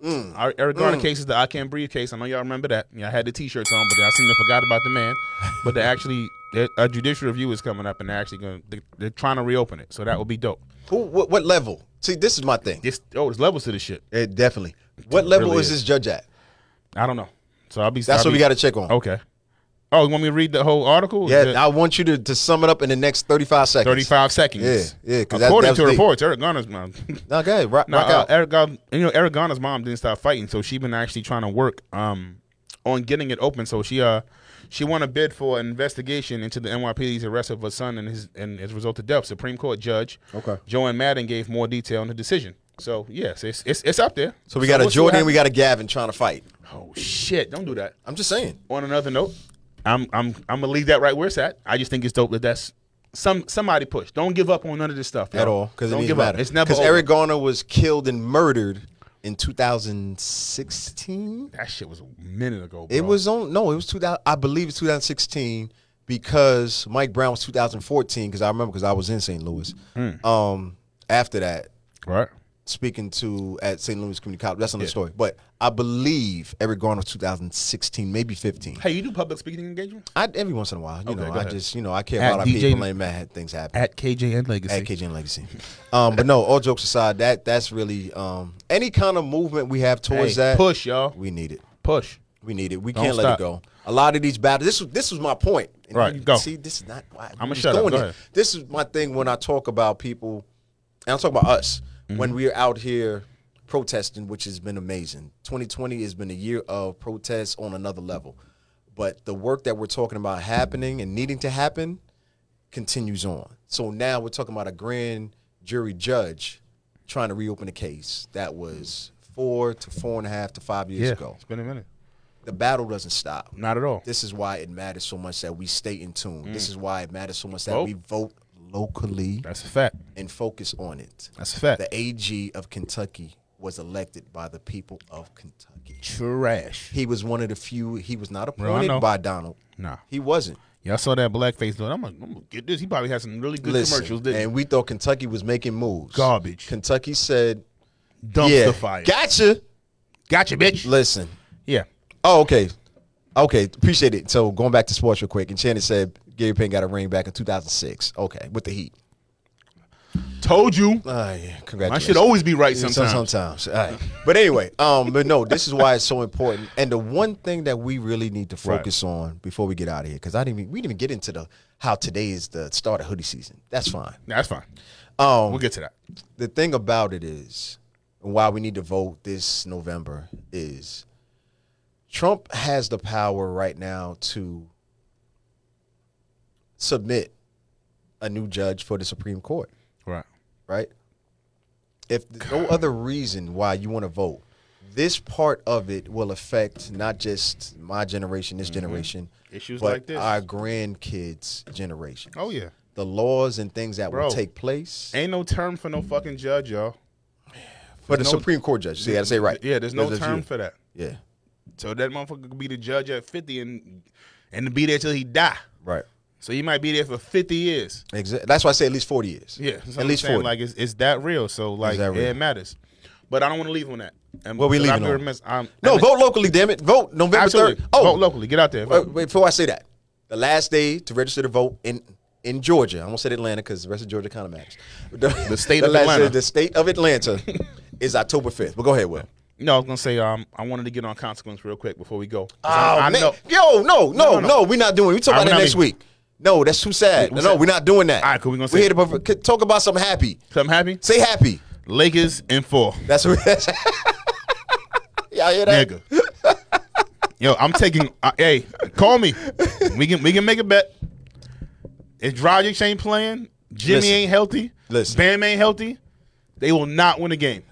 Mm.
Our Aragona case is the I Can't Breathe case. I know y'all remember that. Yeah, I had the T-shirts on, but I seem to forgot about the man. But they actually, they- a judicial review is coming up, and they're actually going. They, they're trying to reopen it, so that would be dope.
Who? What, what level? See, this is my thing.
This oh, there's levels to this shit.
It definitely. What level
really
is this judge at?
I don't know. So I'll be.
That's
I'll
what
be-
we got to check on.
Okay. Oh, you want me to read the whole article?
Yeah,
The-
I want you to, to sum it up in the next 35 seconds.
35 seconds.
Yeah, yeah, 'cause that-
According
that's
to
deep.
reports, Aragóna's mom.
No, go ahead. Rock,
no,
rock
uh,
out.
Aragón, you know, Aragóna's mom didn't stop fighting, so she been actually trying to work um on getting it open. So she uh she won a bid for an investigation into the NYPD's arrest of her son and his and his resulted death. Supreme Court Judge
Okay.
Joanne Madden gave more detail on the decision. So yes, it's it's, it's up there.
So we got a
we'll see what
Jordan, we
happens.
got a Gavin trying to fight.
oh shit! Don't do that.
I'm just saying.
On another note, I'm I'm I'm gonna leave that right where it's at. I just think it's dope that that's some somebody push. Don't give up on none of this stuff
At
yo.
all. Because it
Don't
needs
give
matter.
up. It's never
Because
over.
Eric Garner was killed and murdered in 2016.
That shit was a minute ago. Bro.
It was on no, it was 2000 I believe it's 2016 because Mike Brown was 2014 because I remember because I was in St. Louis.
Hmm.
Um after that
right.
speaking to at St. Louis Community College. That's another story. But I believe Eric Garner was 2016, maybe 15.
Hey, you do public speaking engagements
I, every once in a while, you know,
go
I
ahead.
just, you know, I care
At
about our
DJ
people and mad things happen.
at KJN Legacy.
at KJ and Legacy. Um, but no, all jokes aside, that that's really um, any kind of movement we have
Hey,
towards that.
push, y'all.
We need it.
Push.
We need it. We
Don't
can't let
stop.
it go. A lot of these battles. This was this was my point. And
Right,
you
go.
See, this is not. Why,
I'ma
we was
shut up.
going
Go
there.
ahead.
This is my thing when I talk about people, and I'm talking about us
Mm-hmm.
when we're out here protesting, which has been amazing. 2020 has been a year of protests on another level, but the work that we're talking about happening and needing to happen continues on. So now we're talking about a grand jury judge trying to reopen a case that was four to four and a half to five years ago
It's been a minute.
the battle doesn't stop.
Not at all.
This is why it matters so much that we stay in tune. This is why it matters so much that
Mm. Vote.
we vote locally
That's a fact.
and focus on it.
That's a fact.
The AG of Kentucky was elected by the people of Kentucky.
Trash.
He was one of the few. He was not
I
appointed
know.
by Donald.
Nah.
He wasn't.
Y'all saw that blackface dude. I'm gonna, I'm gonna get this. He probably had some really good commercials.
Listen,
Didn't
and we thought Kentucky was making moves.
Garbage.
Kentucky said,
he? Dumpster
"Yeah,
fire.
gotcha."
gotcha, bitch.
Listen,
yeah.
Oh, okay. Okay, appreciate it. So going back to sports real quick, and Shannon said Gary Payne got a ring back in 2006. Okay, with the Heat.
Told you.
Ah, yeah,
I
congratulations.
should always be right
Some-
sometimes.
Sometimes, all right. But anyway, um, but no, this is why it's so important. And the one thing that we really need to
Right.
focus on before we get out of here, because I didn't, even, we didn't even get into the how today is the start of hoodie season. That's fine.
Nah, that's fine.
Um,
We'll get to that.
the thing about it is why we need to vote this November is Trump has the power right now to submit a new judge for the Supreme Court,
Right.
right? If there's no other reason why you want to vote, this part of it will affect not just my generation, this generation,
Mm-hmm. Issues
but
like this.
our grandkids' generation.
Oh yeah.
The laws and things that
Bro.
will take place
Ain't no term for no fucking judge, y'all.
for the
no-
Supreme Court judge. So you got to say it right.
Yeah, there's no
That's- that's
term
you.
for that.
Yeah.
So that motherfucker could be the judge at 50 and and be there till he die.
Right.
So he might be there for 50 years.
Exactly. That's why I say at least forty years.
Yeah, so
At
I'm
least
saying,
forty.
Like it's, it's that real. So like
that real.
it matters. But I don't want to leave on that. And
What we
because
leaving
I'd be
on?
remiss- I'm,
no,
and-
vote locally. Damn it. Vote November
Absolutely.
third. Oh,
vote locally. Get out there.
Wait,
Vote.
wait, before I say that, the last day to register to vote in in Georgia, I won't say Atlanta because the rest of Georgia kind of matters. The,
state of
last
Atlanta.
day- the state of Atlanta is October fifth. But go ahead, Will.
No, I was gonna say um, I wanted to get on consequence real quick before we go. 'Cause
Oh,
I, I
man.
know.
Yo, no, no,
no,
no,
no.
We're not doing. it. We talk
All right,
about it
we're not
next
leaving.
week. No, that's too sad.
We- we
no,
said-
we're not doing that.
All right, cool, we gonna
we
say-
here to perf- c- talk about something happy.
So I'm happy.
Say happy.
Lakers in four,
That's what. That's, y'all hear that?
nigga. Yo, I'm taking. Uh, hey, call me. We can we can make a bet. If Dragic ain't playing, Jimmy
Listen.
ain't healthy,
Listen.
Bam ain't healthy, they will not win a game.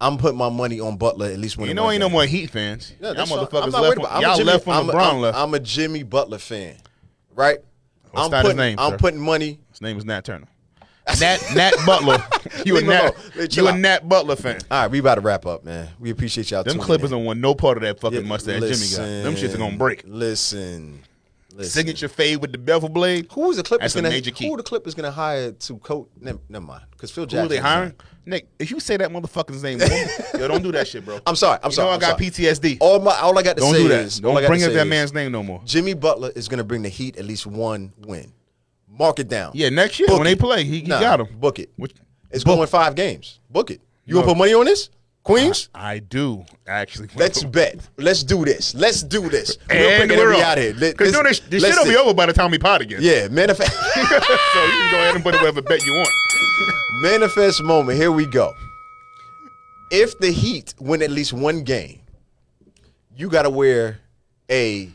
I'm putting my money on Butler at least winning.
You know,
one
ain't no
game.
more Heat fans.
Yeah,
y'all
that's fine.
motherfuckers
I'm not worried
left. When,
about- I'm a
y'all
Jimmy-
left when
I'm a-
LeBron
I'm,
left.
I'm a Jimmy Butler fan, right?
Well,
I'm
it's not his
putting,
name,
I'm
sir.
putting money.
His name is Nat Turner. Nat Nat Butler. You a
Leave him
Nat?
alone. Hey, chill
You a
out.
Nat Butler fan?
All right, we about to wrap up, man. We appreciate y'all.
Them
tuning
Clippers
in.
don't want no part of that fucking mustache
Listen,
Jimmy got. Them shits are gonna break.
Listen, listen.
Signature fade with the bevel blade.
Who is the Clippers
That's a
gonna?
major key.
Who are the Clippers gonna hire to coach? Never, never mind, because Phil
Who
Jackson.
are they hiring? Nick, if you say that motherfucker's name, one- yo, don't do that shit, bro.
I'm sorry. I'm
you
sorry.
know I
I'm
got
sorry.
PTSD.
All my all I got to
don't
say
do that.
is all I got
don't
to
bring up
say
that
is
man's name no more.
Jimmy Butler is gonna bring the Heat at least one win. Mark it down.
Yeah, next year
Book
when
it.
they play, he, he
Nah,
got him.
Book it.
Which
It's going five games. Book it. You
No.
gonna put money on this? Queens?
I do actually.
Let's bet. Let's do this. Let's do this.
and
Real quick,
we're
we
up.
out here. Let-
Because
this-
this, this
let's
shit'll be
do-
over by the time we pot again.
Yeah, manifest
so you can go ahead and put it whatever bet you want.
manifest moment. Here we go. If the Heat win at least one game, you gotta wear a.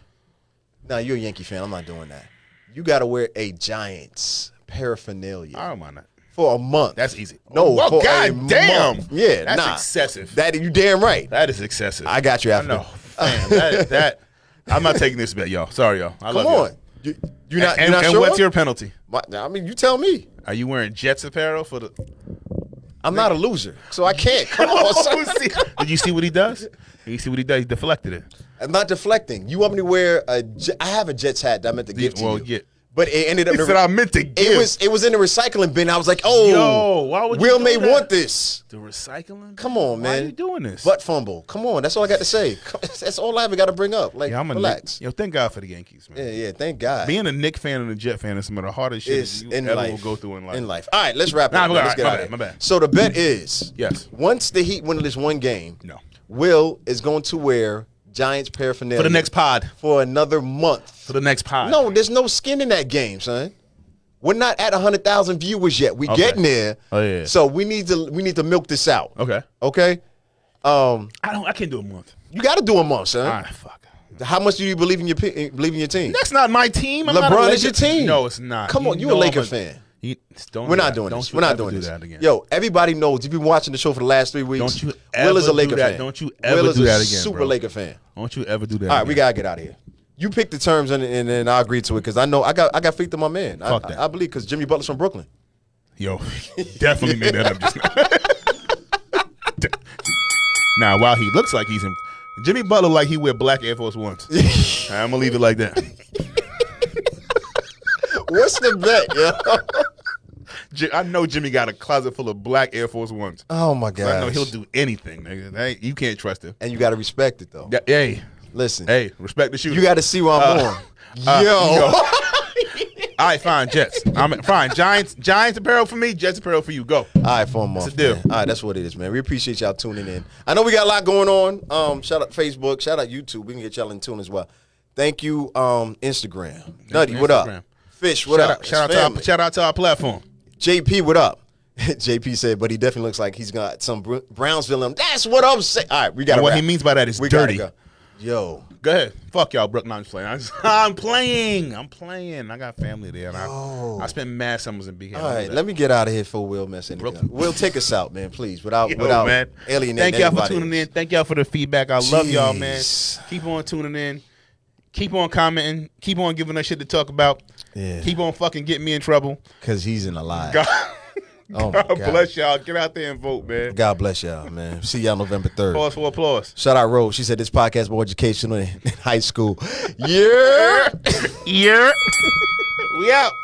Now you're a Yankee fan. I'm not doing that. You gotta wear a Giants paraphernalia.
I don't mind that.
for a month.
That's easy.
No,
Well,
for a
goddamn.
month. Yeah,
That's
nah.
excessive.
That you damn right.
That is excessive.
I got you
I
after.
know. Man, that, that I'm not taking this bet, y'all. Sorry, y'all. I love
Come on. You, you're
Y'all.
not.
and
you're not
and
sure?
what's your penalty?
My- I mean, you tell me.
Are you wearing Jets apparel for the?
I'm not a loser, so I can't. Come on, son.
Did you see what he does? You see what he does? He deflected it.
I'm not deflecting. You want me to wear a? Je- I have a Jets hat that I meant to give to
well,
you.
yeah.
But it ended up.
He
in
said,
the-
"I meant to give."
it was it was in the recycling bin. I was like, oh,
Yo, why would you
Will
do
may
that?
want this.
the recycling.
Come on, man.
Why are you doing this?
Butt fumble. Come on, that's all I got to say. That's all I ever got to bring up. Like,
yeah, I'm a
relax.
Knick- Yo, thank God for the Yankees, man.
Yeah, yeah. Thank God.
Being a Nick fan and a Jet fan is some of the hardest shit
is
you
in
ever
life.
will go through in life.
All right, let's wrap it
Nah,
up.
but
Let's
all right,
get
my
out of
bad,
here.
my bad.
So the bet is
Yes.
Once the Heat win this one game,
No.
Will is going to wear Giants paraphernalia
For the next pod.
for another month.
For the next pod.
No, there's no skin in that game, son. We're not at hundred thousand viewers yet. We
Okay.
getting there.
Oh, yeah.
So we need to we need to milk this out.
Okay.
Okay. Um,
I don't. I can't do a month.
you got to do a month, son.
Ah, fuck.
How much do you believe in your pe- believe in your team?
That's not my team. I'm not a
LeBron is your
Laker-
team.
No, it's not.
Come on, you a
know I'm
Laker fan.
You- don't
We're
do
not
that.
doing
Don't
this.
you
We're not
ever
doing
do
this.
that again.
Yo, everybody knows you've been watching the show for the last three weeks.
Don't you
Will
ever
is a
do
Laker
that.
fan.
Don't you ever
Will is
do
a
that again,
Super
bro.
Laker fan.
Don't you ever do that.
All right, we gotta get out of here. You pick the terms and and, and I agree to it because I know I got I got faith in my man.
Fuck
I,
that.
I, I believe because Jimmy Butler's from Brooklyn.
Yo, definitely made that up just now. now, while he looks like he's in, Jimmy Butler like he wear black Air Force Ones. I'm gonna leave it like that.
What's the bet, yo?
Ji- I know Jimmy got a closet full of black Air Force Ones.
Oh my
I know
god!
he'll do anything. Nigga. That ain't- you can't trust him.
And you gotta respect it though.
Yeah, hey,
Listen,
hey, Uh, respect the shooter.
you gotta see where I'm on. yo,
All right, fine, Jets. I'm fine. Giants, Giants apparel for me. Jets apparel for you. Go.
All right, for a month.
a deal.
man. All right, that's what it is, man. We appreciate y'all tuning in. I know we got a lot going on. Um, shout out Facebook, shout out YouTube. We can get y'all in tune as well. Thank you, um, Instagram. Nutty, what
Instagram.
up? Fish, what
shout
up?
out, shout,
It's
out to
family.
our, shout out to our platform.
JP, what up? JP said, but he definitely looks like he's got some Br- Brownsville. in him. That's what I'm saying. All right, we got
And what he means by that is
we gotta
dirty.
go.
Go.
Yo,
ahead. Fuck y'all, Brook. No, I'm just playing. I'm, just- I'm playing. I'm playing. I got family there. And I, I spent mad summers in BK.
all right, let me get out of here for Will messing. it up.
Brooklyn.
Will take us out, man, please, without
Yo,
without
man.
alienating.
Thank y'all for
everybody
tuning
else.
in. Thank y'all for the feedback. I love y'all, man.
Jeez.
Keep on tuning in. Keep on commenting. Keep on giving us shit to talk about.
Yeah.
Keep on fucking getting me in trouble.
Cause he's in a lie.
God,
Oh my
God
God.
bless y'all. Get out there and vote, man.
God bless y'all, man. See y'all November third.
Applause for applause.
Shout out Rose. She said this podcast more educational in in high school. Yeah.
Yeah. we out.